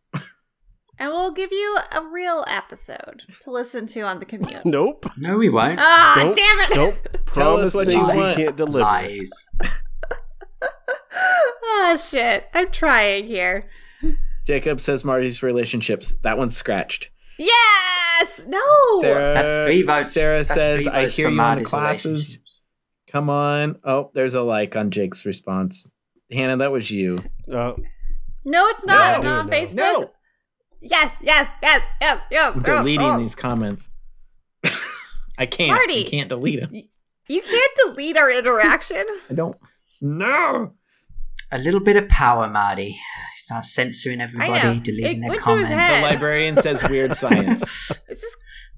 Speaker 1: And we'll give you a real episode to listen to on the commute.
Speaker 4: Nope.
Speaker 2: No, we won't.
Speaker 1: Ah,
Speaker 4: Nope.
Speaker 1: damn it.
Speaker 4: Nope.
Speaker 3: Tell us
Speaker 4: Promise
Speaker 3: what
Speaker 4: things
Speaker 3: you
Speaker 4: we
Speaker 3: want.
Speaker 4: can't deliver.
Speaker 2: Lies.
Speaker 1: oh shit. I'm trying here.
Speaker 3: Jacob says Marty's relationships. That one's scratched.
Speaker 1: Yes! No.
Speaker 3: Sarah,
Speaker 2: That's three votes.
Speaker 3: Uh, Sarah
Speaker 2: That's
Speaker 3: says,
Speaker 2: three
Speaker 3: "I
Speaker 2: votes
Speaker 3: hear
Speaker 2: for
Speaker 3: you in the
Speaker 2: Marty's
Speaker 3: classes."
Speaker 2: relationships.
Speaker 3: Come on. Oh, there's a like on Jake's response. Hannah, that was you.
Speaker 4: Uh,
Speaker 1: No, it's not
Speaker 4: No.
Speaker 1: on
Speaker 4: No.
Speaker 1: Facebook. Yes, yes, yes, yes, yes. yes,
Speaker 3: deleting
Speaker 1: yes.
Speaker 3: these comments. I can't.
Speaker 1: Marty.
Speaker 3: I can't delete them.
Speaker 1: You can't delete our interaction.
Speaker 3: I don't. No.
Speaker 2: A little bit of power, Marty. Start censoring everybody,
Speaker 1: know.
Speaker 2: deleting
Speaker 1: It
Speaker 2: their
Speaker 1: went to his
Speaker 3: The
Speaker 1: head.
Speaker 2: comments.
Speaker 3: librarian says weird science.
Speaker 1: Is this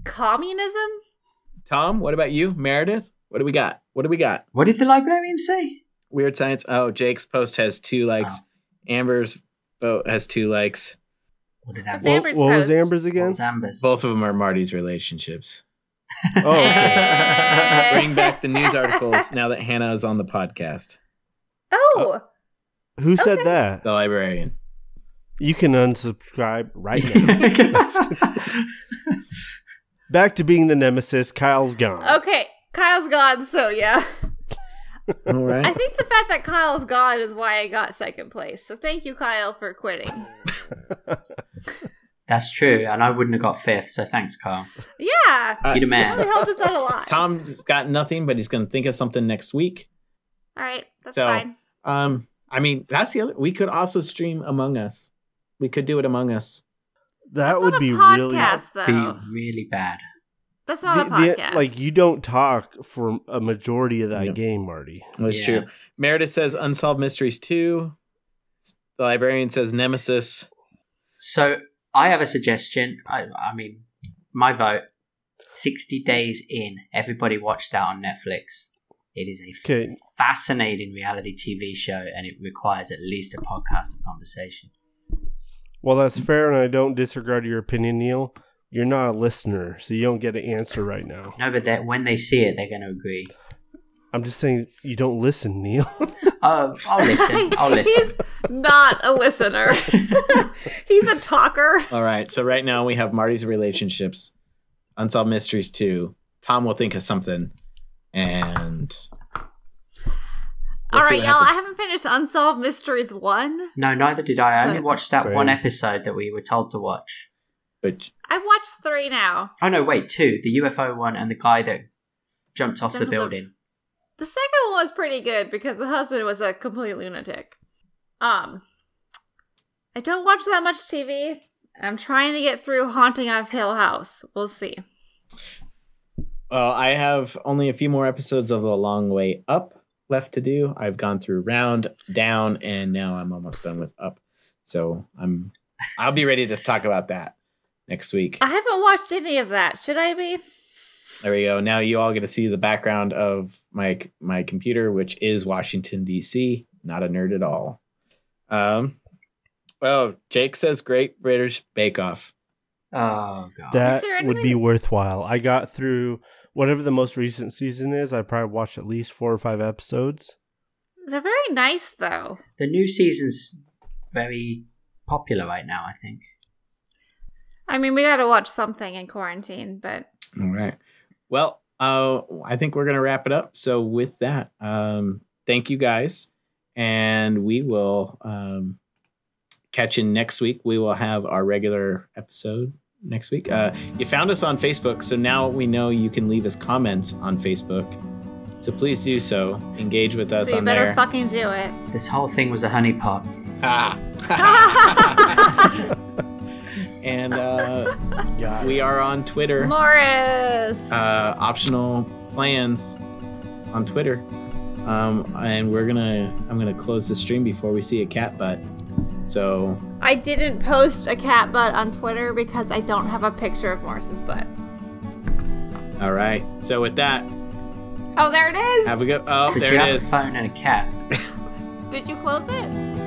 Speaker 1: communism?
Speaker 3: Tom, what about you? Meredith, what do we got? What do we got?
Speaker 2: What did the librarian say?
Speaker 3: Weird science. Oh, Jake's post has two likes. Amber's vote has two likes.
Speaker 2: What did I
Speaker 1: That's
Speaker 4: What,
Speaker 1: Amber's
Speaker 4: what was
Speaker 1: post.
Speaker 4: Amber's
Speaker 2: What
Speaker 4: again?
Speaker 2: was Amber's?
Speaker 3: Both of them are Marty's relationships.
Speaker 4: Oh, okay.
Speaker 1: Hey.
Speaker 3: Bring back the news articles now that Hannah is on the podcast.
Speaker 1: Oh,
Speaker 4: who said
Speaker 1: Okay.
Speaker 4: that?
Speaker 3: The librarian.
Speaker 4: You can unsubscribe right now. Back to being the nemesis. Kyle's gone.
Speaker 3: Oh.
Speaker 1: okay. Kyle's gone, so yeah.
Speaker 3: All
Speaker 1: I
Speaker 3: right.
Speaker 1: think the fact that Kyle's gone is why I got second place. So thank you, Kyle, for quitting.
Speaker 2: That's true, and I wouldn't have got fifth, so thanks, Carl.
Speaker 1: Yeah.
Speaker 2: You're
Speaker 3: Uh,
Speaker 2: the
Speaker 1: It really
Speaker 2: man.
Speaker 1: helped us out a lot.
Speaker 3: Tom's got nothing, but he's going to think of something next week.
Speaker 1: All right. That's
Speaker 3: So-
Speaker 1: fine.
Speaker 3: Um, I mean, that's the other. We could also stream Among Us. We could do it Among Us.
Speaker 4: That
Speaker 1: It's
Speaker 4: would
Speaker 1: not
Speaker 4: be
Speaker 1: a
Speaker 4: really
Speaker 1: podcast,
Speaker 2: Be
Speaker 1: though.
Speaker 2: really bad.
Speaker 1: That's
Speaker 4: The-
Speaker 1: not a
Speaker 4: the-
Speaker 1: podcast.
Speaker 4: like you don't talk for a majority of that
Speaker 3: Yeah.
Speaker 4: game, Marty.
Speaker 3: That's
Speaker 2: Yeah.
Speaker 3: true. Meredith says Unsolved Mysteries 2. The librarian says Nemesis.
Speaker 2: So I have a suggestion. I, I mean, my vote. Sixty days in, everybody watched that on Netflix. It is a f-
Speaker 4: Okay.
Speaker 2: fascinating reality TV show, and it requires at least a podcast of conversation.
Speaker 4: Well, that's fair, and I don't disregard your opinion, Neil. You're not a listener, so you don't get an answer right now.
Speaker 2: No, but that when they see it, they're going to agree.
Speaker 4: I'm just saying you don't listen, Neil.
Speaker 2: Oh, I'll listen. I'll
Speaker 1: He's
Speaker 2: listen.
Speaker 1: not a listener. He's a talker.
Speaker 3: All right. So right now we have Marty's relationships, Unsolved Mysteries 2. Tom will think of something. And
Speaker 1: All
Speaker 3: see
Speaker 1: right,
Speaker 3: what
Speaker 1: y'all.
Speaker 3: happens.
Speaker 1: I haven't finished Unsolved Mysteries 1.
Speaker 2: No, neither did I. I only
Speaker 1: But-
Speaker 2: watched that
Speaker 4: Same.
Speaker 2: one episode that we were told to watch.
Speaker 3: but
Speaker 1: I've watched three now.
Speaker 2: Oh no, wait, two: the UFO one and the guy that jumped
Speaker 1: Jumped
Speaker 2: off the
Speaker 1: off the-
Speaker 2: building.
Speaker 1: The second one was pretty good because the husband was a complete lunatic. Um, I don't watch that much TV. I'm trying to get through Haunting of Hill House. We'll see.
Speaker 3: well, Uh, I have only a few more episodes of The Long Way Up left to do. I've gone through round, down, and now I'm almost done with up. So I'm I'll be ready to talk about that next week.
Speaker 1: I haven't watched any of that. Should I be?
Speaker 3: There we go. Now you all get to see the background of my my computer, which is Washington D.C. Not a nerd at all. Um. Oh, Jake says Great British Bake Off.
Speaker 2: Oh god.
Speaker 4: That
Speaker 1: there
Speaker 4: would be
Speaker 1: anything-
Speaker 4: worthwhile. I got through whatever the most recent season is. I probably watched at least four or five episodes.
Speaker 1: They're very nice, though.
Speaker 2: the new season's very popular right now. I think.
Speaker 1: I mean, we got to watch something in quarantine, but
Speaker 3: All right. Well, uh, I think we're gonna wrap it up. So with that, um, thank you guys, and we will um, catch you next week. We will have our regular episode next week. Uh, you found us on Facebook, so now we know you can leave us comments on Facebook. So please do so. Engage with us
Speaker 1: so you
Speaker 3: on
Speaker 1: better
Speaker 3: there.
Speaker 1: fucking do it.
Speaker 2: This whole thing was a honeypot.
Speaker 3: Ah. and uh,
Speaker 4: Yeah.
Speaker 3: we are on Twitter.
Speaker 1: Morris.
Speaker 3: uh, optional plans on Twitter. Um, and we're gonna, I'm gonna close the stream before we see a cat butt. So
Speaker 1: I didn't post a cat butt on Twitter because I don't have a picture of Morris's butt.
Speaker 3: all right. So with that,
Speaker 1: Oh, there it is.
Speaker 3: have a good. Oh,
Speaker 2: Did
Speaker 3: there
Speaker 2: you
Speaker 3: it
Speaker 2: have
Speaker 3: is.
Speaker 2: a phone and a cat?
Speaker 1: Did you close it?